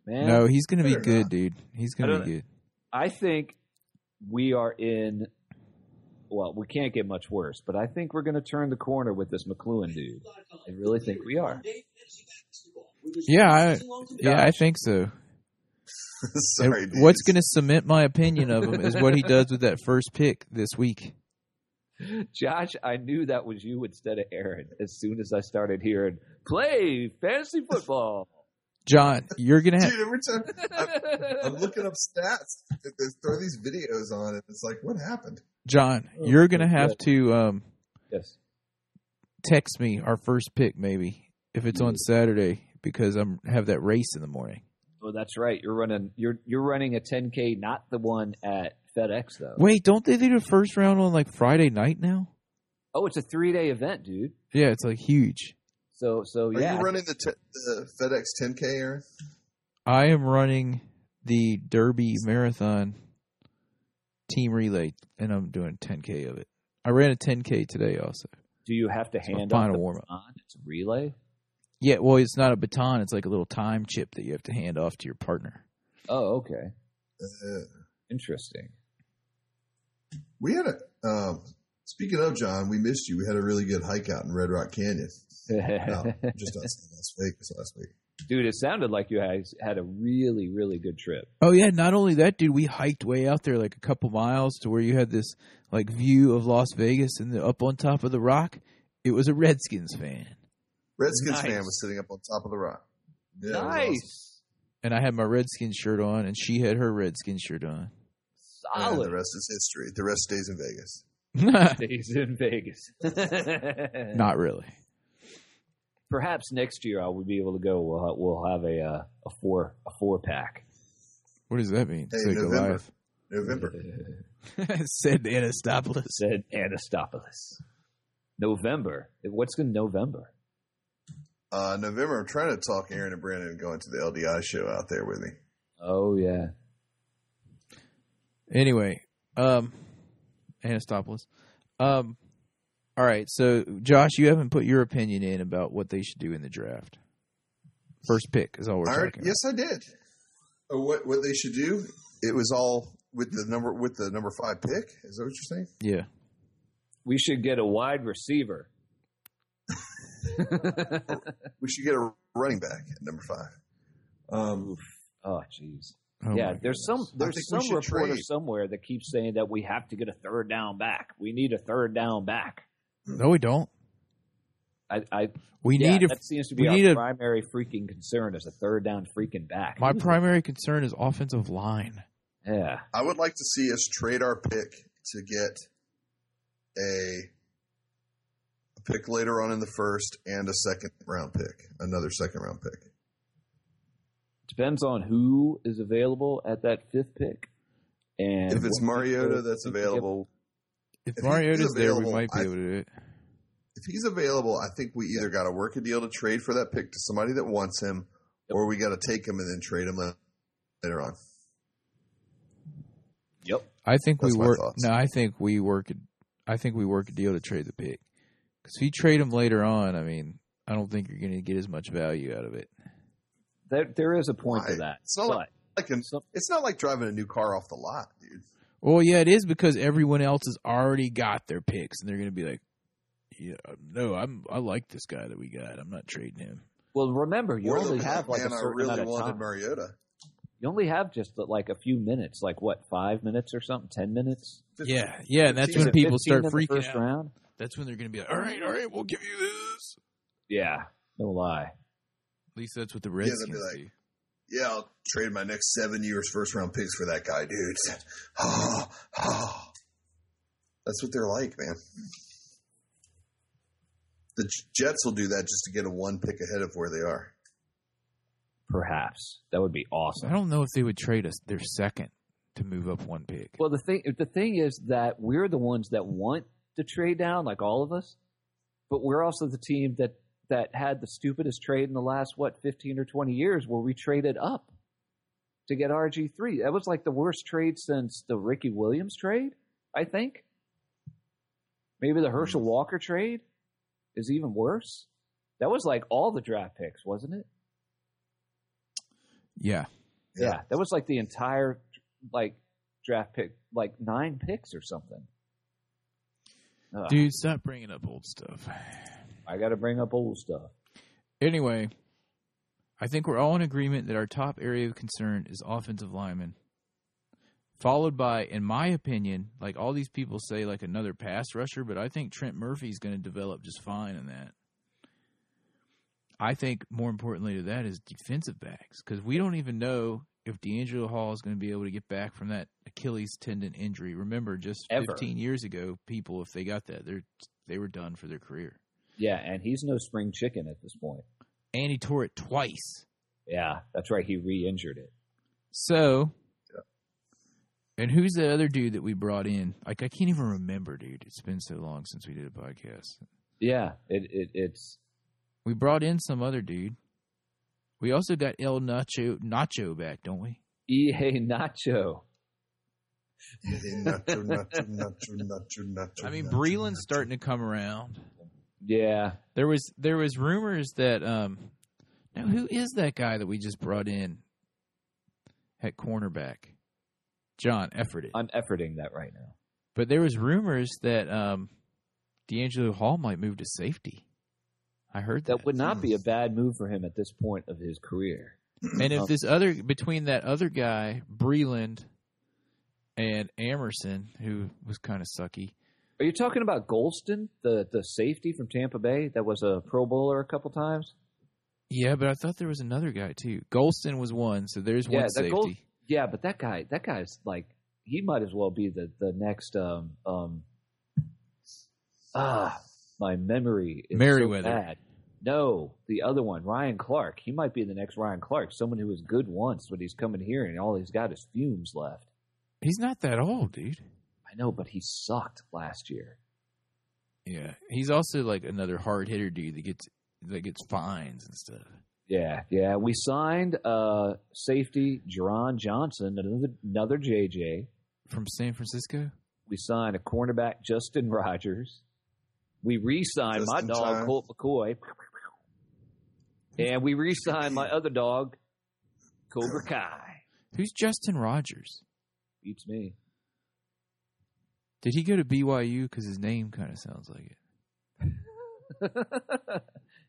Man, No, he's going to be Better good, not. dude. He's I going to don't- be good. I think we are in. Well, we can't get much worse, but I think we're going to turn the corner with this McLuhan dude. I really think we are. Yeah, I, yeah, I think so. Sorry, And what's dudes. going to cement my opinion of him is what he does with that first pick this week. Josh, I knew that was you instead of Aaron as soon as I started hearing play fantasy football. [LAUGHS] John, you're going to have. Dude, every time I'm looking up stats, they they throw these videos on, and it's like, what happened? John, you're going to yeah. have to um, yes. text me our first pick, maybe if it's on Saturday, because I'm have that race in the morning. Oh, that's right. You're running. You're you're running a 10k, not the one at FedEx though. Wait, don't they do the first round on like Friday night now? Oh, it's a three day event, dude. Yeah, it's like huge. So so Are yeah. you running the, t- the FedEx 10K, Aaron? I am running the Derby Marathon team relay, and I'm doing 10k of it. I ran a 10k today, also. Do you have to my hand off final the warm-up. baton? It's a relay. Yeah, well, it's not a baton; it's like a little time chip that you have to hand off to your partner. Oh, okay. Uh, Interesting. we had a. Um, speaking of John, we missed you. We had a really good hike out in Red Rock [LAUGHS] Canyon. No, just outside Las Vegas last week. Dude, it sounded like you guys had a really, really good trip. Oh yeah, not only that, dude, we hiked way out there, like a couple miles, to where you had this like view of Las Vegas, and the, up on top of the rock, it was a Redskins fan, Redskins Nice. fan was sitting up on top of the rock. Yeah, it was awesome. nice. and I had my Redskins shirt on, and she had her Redskins shirt on. [LAUGHS] And Solid the rest is history. The rest stays in Vegas. days [LAUGHS] in Vegas. not really. Perhaps next year I will be able to go. We'll, ha- we'll have a uh, a four a four pack. What does that mean? Hey, Say November. Goliath. November. [LAUGHS] said Anastopoulos. Said Anastopoulos. November. What's in November? Uh, November, I'm trying to talk Aaron and Brandon into going to the LDI show out there with me. Oh yeah. Anyway, um, Anastopoulos. Um, all right. So, Josh, you haven't put your opinion in about what they should do in the draft. First pick is all we're I already- talking yes, I did. Uh, What what they should do? It was all with the number with the number five pick. Is that what you're saying? about. Yeah. We should get a wide receiver. [LAUGHS] We should get a running back at number five. Um, Oh jeez. Oh yeah, my there's some goodness. think there's we some should reporter trade. somewhere that keeps saying that we have to get a third down back. We need a third down back. No, we don't. I, I We yeah, need a. that seems to be we our need a- primary freaking concern is a third down freaking back. My primary concern is offensive line. yeah, I would like to see us trade our pick to get a, a pick later on in the first and a second round pick, another second round pick. depends on who is available at that fifth pick. And If it's what- Mariota that's available, If If Mariota's he's there, we available, might be I- able to do it. if he's available, I think we either got to work a deal to trade for that pick to somebody that wants him, or we got to take him and then trade him later on. Yep. I think we That's my work. thoughts. No, I think we work. I think we work a deal to trade the pick. Because if you trade him later on, I mean, I don't think you're going to get as much value out of it. There, there is a point to Why? that. It's not like- Like an but some- It's not like driving a new car off the lot, dude. Well, yeah, it is because everyone else has already got their picks, and they're going to be like, "Yeah, no, I'm I like this guy that we got. I'm not trading him." well, remember you Or the only have like a man, I certain really amount of wanted time. Mariota. You only have just like a few minutes, like what, five minutes or something, ten minutes. Yeah, yeah, and that's Is when it people 15 in start the freaking first out. round. That's when they're going to be like, "All right, all right, we'll give you this." Yeah, no lie. At least that's what the they'll be Redskins like, do. Yeah, I'll trade my next seven years first round picks for that guy, dude. [SIGHS] That's what they're like, man. The J- Jets will do that just to get a one pick ahead of where they are. Perhaps that would be awesome. I don't know if they would trade us their second to move up one pick. Well, the thing the thing is that we're the ones that want to trade down, like all of us, but we're also the team that that had the stupidest trade in the last what fifteen or twenty years, where we traded up to get RG three. That was like the worst trade since the Ricky Williams trade, I think. Maybe the Herschel Walker trade is even worse. That was like all the draft picks, wasn't it? yeah, Yeah. yeah that was like the entire like draft pick, like nine picks or something. Ugh. dude, stop bringing up old stuff. I got to bring up old stuff. Anyway, I think we're all in agreement that our top area of concern is offensive linemen, followed by, in my opinion, like all these people say, like another pass rusher, but I think Trent Murphy's going to develop just fine in that. I think more importantly to that is defensive backs because we don't even know if D'Angelo Hall is going to be able to get back from that Achilles tendon injury. Remember, just Ever. 15 years ago, people, if they got that, they're they were done for their career. Yeah, and he's no spring chicken at this point. And he tore it twice. Yeah, that's right. He re-injured it. So, and who's the other dude that we brought in? Like, I can't even remember, dude. It's been so long since we did a podcast. Yeah, it, it it's We brought in some other dude. We also got El Nacho Nacho back, don't we? EA E Nacho. Nacho, nacho, nacho, nacho, nacho, I mean, nacho, Breland's nacho. starting to come around. Yeah, There was there was rumors that um, now who is that guy that we just brought in at cornerback? John Efforted. I'm efforting that right now. But there was rumors that um, D'Angelo Hall might move to safety. I heard that. That would not be a bad move for him at this point of his career. and if Oh. this other between that other guy Breland and Emerson, who was kind of sucky, Are you talking about Golston, the the safety from Tampa Bay that was a Pro Bowler a couple times? yeah. But I thought there was another guy too. Golston was one, so there's Yeah, one that safety. Gol- Yeah, but that guy, that guy's like, he might as well be the the next um um. Ah, my memory is Merriweather. so bad. No, the other one, Ryan Clark. He might be the next Ryan Clark, someone who was good once, but he's coming here and all he's got is fumes left. He's not that old, dude. I know, but he sucked last year. Yeah, he's also like another hard hitter dude that gets that gets fines and stuff. Yeah, yeah. We signed uh safety Jerron Johnson, another another JJ. From San Francisco, We signed a cornerback, Justin Rogers. We re-signed my Justin dog, Time. Colt McCoy. And we re-signed my other dog, Cobra Kai. who's Justin Rogers? Beats me. [LAUGHS] Did he go to BYU? Because his name kind of sounds like it.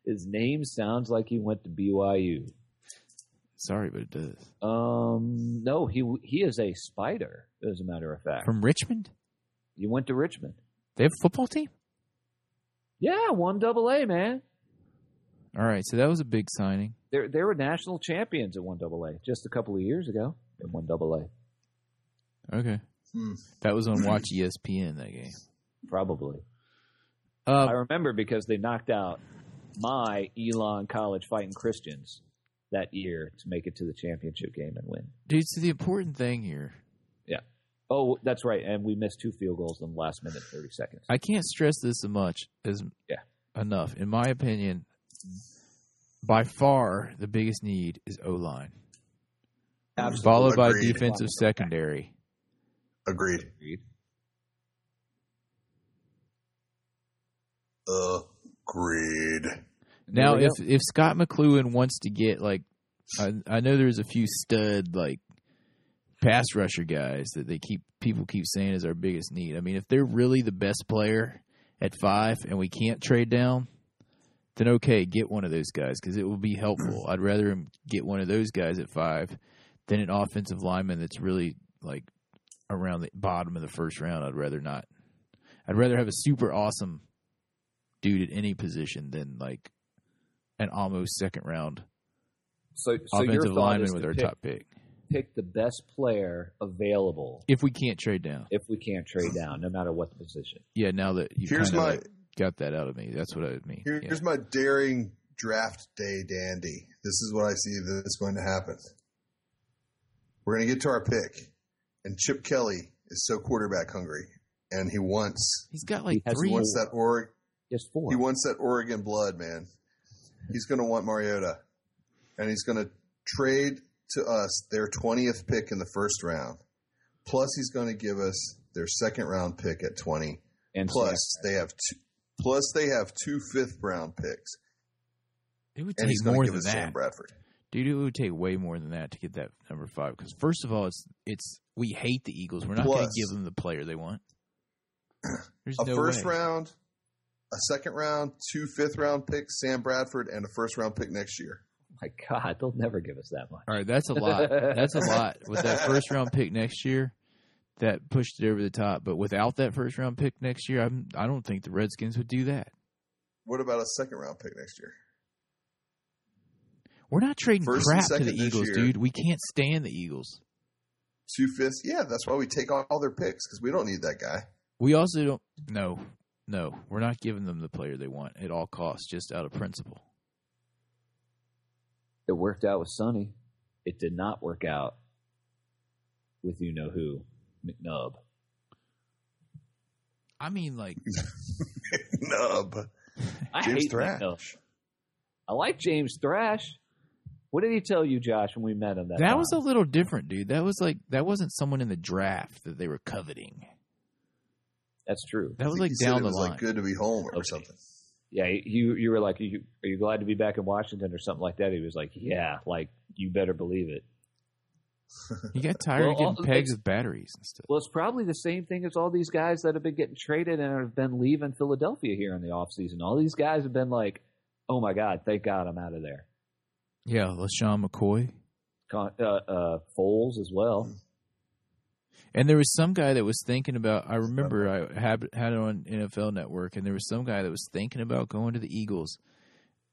His name sounds like he went to BYU. Sorry, but it does. Um, no, he he is a spider, as a matter of fact. From Richmond? you went to Richmond. They have a football team? Yeah, one double A, man. All right, so that was a big signing. They they were national champions at one double A just a couple of years ago in one double A, Okay. Hmm. That was on Watch E ESPN, that game. probably. I Uh, remember because they knocked out my Elon College Fighting Christians that year to make it to the championship game and win. dude, so the important thing here, Oh, that's right, and we missed two field goals in the last minute, thirty seconds. I can't stress this as much as Yeah. enough. In my opinion, by far the biggest need is O line, followed by Agreed. defensive secondary. Agreed. Agreed. Agreed. Now, There we if if Scott McLuhan wants to get like, I, I know there's a few stud like pass rusher guys that they keep people keep saying is our biggest need. I mean, if they're really the best player at five and we can't trade down, then okay, get one of those guys because it will be helpful. I'd rather him get one of those guys at five than an offensive lineman that's really like around the bottom of the first round. I'd rather not. I'd rather have a super awesome dude at any position than like an almost second round So, so your offensive thought lineman is with to our pick, top pick. pick the best player available If we can't trade down, if we can't trade down, no matter what the position. yeah. Now that you Here's kinda, my like, got that out of me, that's what I mean. Here, yeah. Here's my daring draft day dandy. This is what I see that's going to happen. We're going to get to our pick, and Chip Kelly is so quarterback hungry, and he wants He's got like He has three. he wants that Oregon Just four. he wants that Oregon blood, man. He's going to want Mariota, and he's going to trade to us their twentieth pick in the first round. Plus, he's going to give us their second round pick at twenty. and Plus, they have two. Plus, they have two fifth round picks. It would and take he's going more to give than us Sam that, Bradford. dude. It would take way more than that to get that number five. Because first of all, it's it's we hate the Eagles. We're not going Plus- to give them the player they [CLEARS THROAT] want. There's A no first way. round, a second round, two fifth round picks, Sam Bradford, and a first round pick next year. my God, they'll never give us that much. All right, that's a lot. that's a lot with that first round pick next year. That pushed it over the top. But without that first round pick next year, I'm I don't think the Redskins would do that. What about a second round pick next year? We're not trading First and crap to the second this Eagles, year. dude. We can't stand the Eagles. Two fifths? Yeah, that's why we take all, all their picks because we don't need that guy. [LAUGHS] We also don't. No, no, we're not giving them the player they want at all costs, just out of principle. It worked out with Sonny. It did not work out with you know who, McNubb. I mean, like Nub. I James hate Thrash. McNubb. I like James Thrash. What did he tell you, Josh, when we met him? That, that time? was a little different, dude. That was like that wasn't someone in the draft that they were coveting. that's true. That was He like said down it the was line. like good to be home or Okay. something. Yeah, you you were like, you, are you glad to be back in Washington or something like that? He was like, yeah, like you better believe it. He got tired Well, of all- getting pegs with batteries and stuff. Well, it's probably the same thing as all these guys that have been getting traded and have been leaving Philadelphia here in the offseason. All these guys have been like, oh my God, thank God I'm out of there. Yeah, LaShawn McCoy. Con- Uh, uh, Foles as well. And there was some guy that was thinking about. I remember I had had it on NFL Network, and there was some guy that was thinking about going to the Eagles.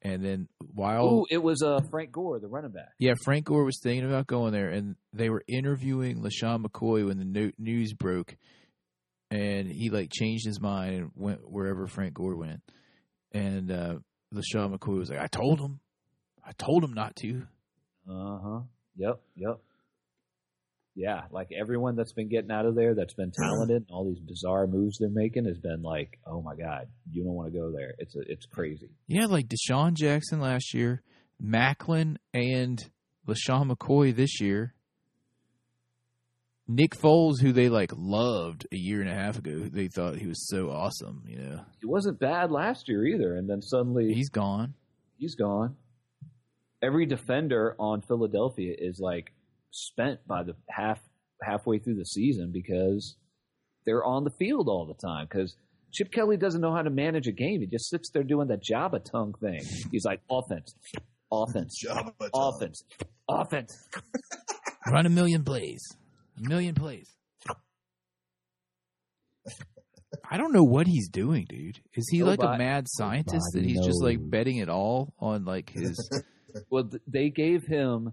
And then while Oh, it was uh, Frank Gore, the running back. yeah, Frank Gore was thinking about going there, and they were interviewing LaShawn McCoy when the no- news broke, and he like changed his mind and went wherever Frank Gore went. And uh, LaShawn McCoy was like, "I told him, I told him not to." Uh huh. Yep. Yep. Yeah, like everyone that's been getting out of there that's been talented and all these bizarre moves they're making has been like, oh my God, you don't want to go there. It's a, it's crazy. Yeah, like Deshaun Jackson last year, Macklin and LaShawn McCoy this year. Nick Foles, who they like loved a year and a half ago, who they thought he was so awesome, you know. It wasn't bad last year either, and then suddenly He's gone. he's gone. Every defender on Philadelphia is like spent by the half halfway through the season because they're on the field all the time because Chip Kelly doesn't know how to manage a game. He just sits there doing that Jabba tongue thing. He's like offense, offense, Jabba tongue. offense, offense. Run a million plays. A million plays. I don't know what he's doing, dude. Is he like a Nobody- mad scientist that nobody he's just like knows. betting it all on like his [LAUGHS] Well, th- they gave him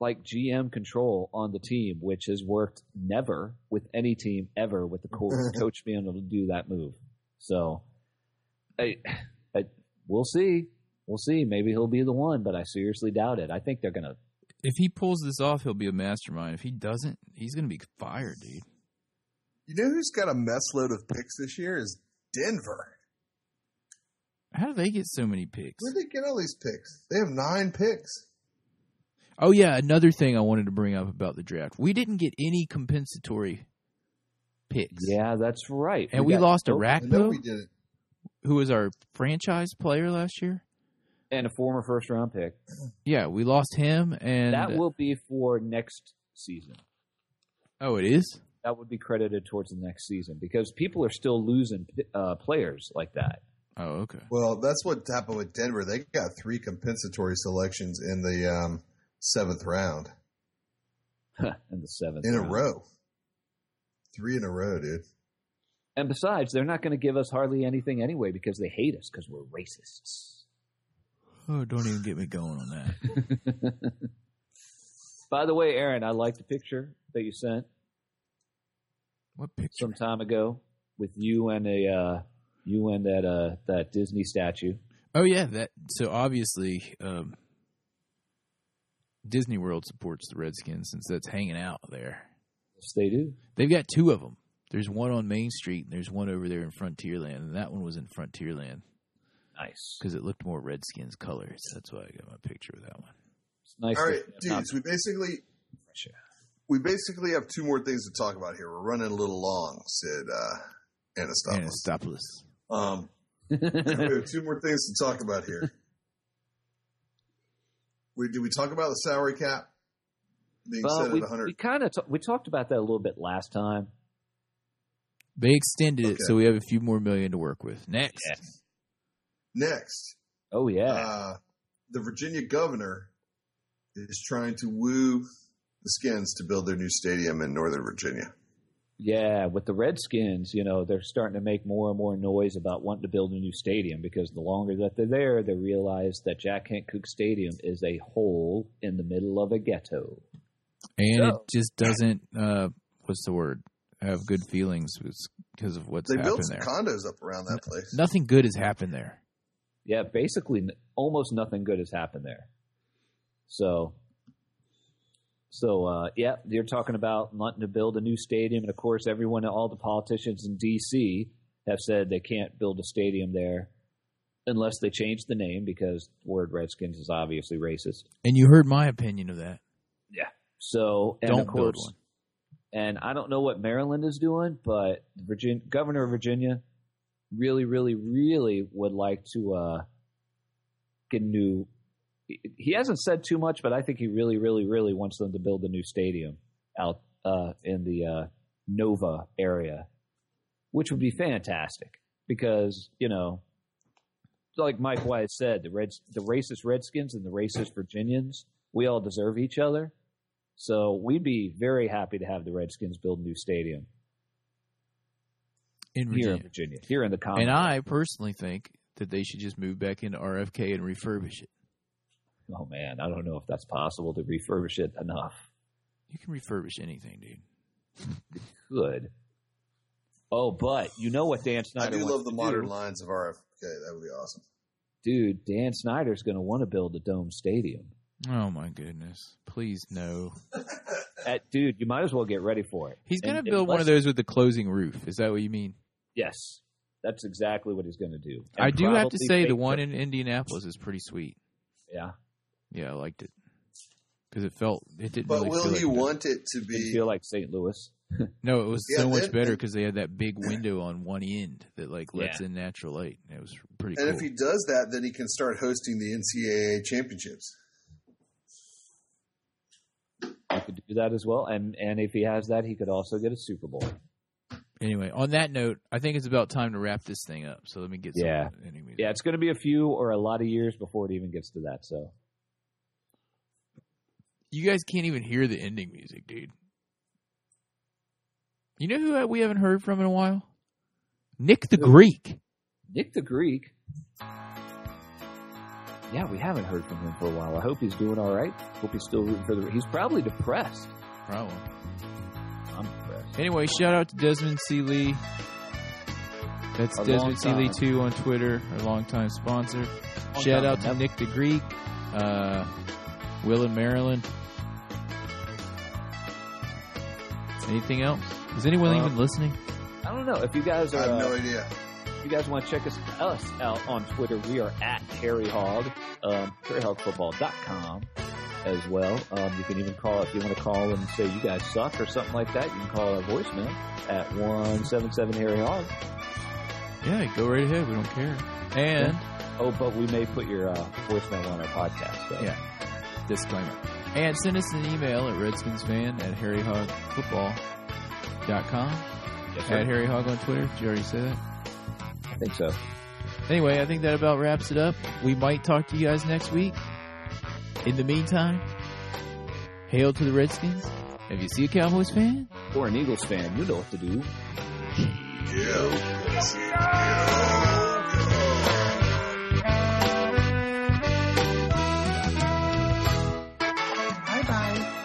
like GM control on the team, which has worked never with any team ever with [LAUGHS] the co- coach being able to do that move. So, I, I, we'll see. We'll see. Maybe he'll be the one, but I seriously doubt it. I think they're gonna. if he pulls this off, he'll be a mastermind. If he doesn't, he's gonna be fired, dude. You know who's got a mess load of picks this year is Denver. How do they get so many picks? Where do they get all these picks? They have nine picks. Oh yeah, another thing I wanted to bring up about the draft. We didn't get any compensatory picks. Yeah, that's right. And we, got lost a Joe- I know Rackbo, we didn't. who was our franchise player last year. and a former first round pick. Yeah, we lost him and uh, that will be for next season. Oh, it is? That would be credited towards the next season because people are still losing uh, players like that. [LAUGHS] Oh, okay. Well, that's what happened with Denver. They got three compensatory selections in the um, seventh round. in the seventh in a round. row. Three in a row, dude. And besides, they're not going to give us hardly anything anyway because they hate us because we're racists. Oh, don't even get me going on that. By the way, Aaron, I like the picture that you sent [LAUGHS] What picture? some time ago with you and a uh, you and that uh, that Disney statue. Oh yeah, that. So obviously, um, Disney World supports the Redskins since that's hanging out there. Yes, they do. They've got two of them. There's one on Main Street, and there's one over there in Frontierland. And that one was in Frontierland Nice. because it looked more Redskins colors. That's why I got my picture of that one. It's nice. All that right, they have not dudes. We basically fresh air. we basically have two more things to talk about here. We're running a little long, said uh, Anastopoulos. Anastopoulos. Um, we have two more things to talk about [LAUGHS] here. We, did we talk about the salary cap being [LAUGHS] Well, set we, at 100? we kind of we talked about that a little bit last time. They extended it, Okay. so we have a few more million to work with. Next, Yeah. Next, Oh yeah, uh, the Virginia governor is trying to woo the Skins to build their new stadium in Northern Virginia. yeah. With the Redskins, you know, they're starting to make more and more noise about wanting to build a new stadium because the longer that they're there, they realize that Jack Kent Cook Stadium is a hole in the middle of a ghetto. and it So- just doesn't. Uh, what's the word? Have good feelings because of what's They built happened some there. condos up around that place. Nothing good has happened there. yeah, basically n- almost nothing good has happened there. So, so uh, yeah, you're talking about wanting to build a new stadium, and of course, everyone, all the politicians in D.C. have said they can't build a stadium there unless they change the name because the word Redskins is obviously racist. And you heard my opinion of that. So, and Don't of build course, one. and I don't know what Maryland is doing, but Virginia, Governor of Virginia really, really, really would like to uh, get a new. he- He hasn't said too much, but I think he really, really, really wants them to build a new stadium out uh, in the uh, Nova area, which would be fantastic because you know, like Mike Wise said, the Reds, the racist Redskins and the racist Virginians, we all deserve each other. So we'd be very happy to have the Redskins build a new stadium In here Virginia. in Virginia, here in the And Commonwealth. I personally think that they should just move back into RFK and refurbish it. oh man, I don't know if that's possible to refurbish it enough. You can refurbish anything, dude. Good. Oh, but you know what Dan I do Snyder wants love the to modern do? lines of RFK. That would be awesome. dude. Dan Snyder's going to want to build a dome stadium. Oh my goodness. Please no. That Eh, dude, you might as well get ready for it. He's gonna And- build one of unless- those with the closing roof. Is that what you mean? Yes, that's exactly what he's going to do. I do have to probably say pay the one for- in Indianapolis is pretty sweet. yeah, Yeah, I liked it. Because it felt it didn't But really will feel he like a- want it to didn't be? feel like St. Louis. No, it was Yeah, so much then- better because they had that big window on one end that like lets Yeah. in natural light. It was pretty and cool. if he does that, then he can start hosting the NCAA championships. He could do that as well, and and if he has that, he could also get a Super Bowl. anyway, on that note, I think it's about time to wrap this thing up. So let me get some Yeah. Anyway, Yeah, it's going to be a few or a lot of years before it even gets to that. So You guys can't even hear the ending music, dude. You know who we haven't heard from in a while? Nick the Who? Greek. Nick the Greek. Yeah, we haven't heard from him for a while. I hope he's doing all right. Hope he's still rooting for the. He's probably depressed. Problem. I'm depressed. Anyway, shout out to Desmond C. Lee. That's Our Desmond C. Lee longtime- 2 on Twitter, our longtime sponsor. shout time out to member. Nick the Greek, uh, Will and Marilyn. Anything else? Is anyone Uh, even listening? I don't know if you guys I are. have uh, no idea. If you guys want to check us, us out on Twitter, we are at Harry Hog, um, HarryHogFootball.com as well. Um, you can even call if you want to call and say you guys suck or something like that. You can call our voicemail at one seven seven Harry Hog. Yeah, go right ahead. We don't care. And Oh, but we may put your uh, voicemail on our podcast. So. Yeah. disclaimer. And send us an email at redskinsfan at harryhogfootball.com. Yes, sir. At Harry Hog on Twitter. Did you already say that? I think so. Anyway, I think that about wraps it up. We might talk to you guys next week. In the meantime, hail to the Redskins If you see a Cowboys fan, Or an Eagles fan, you know what to do. Bye bye.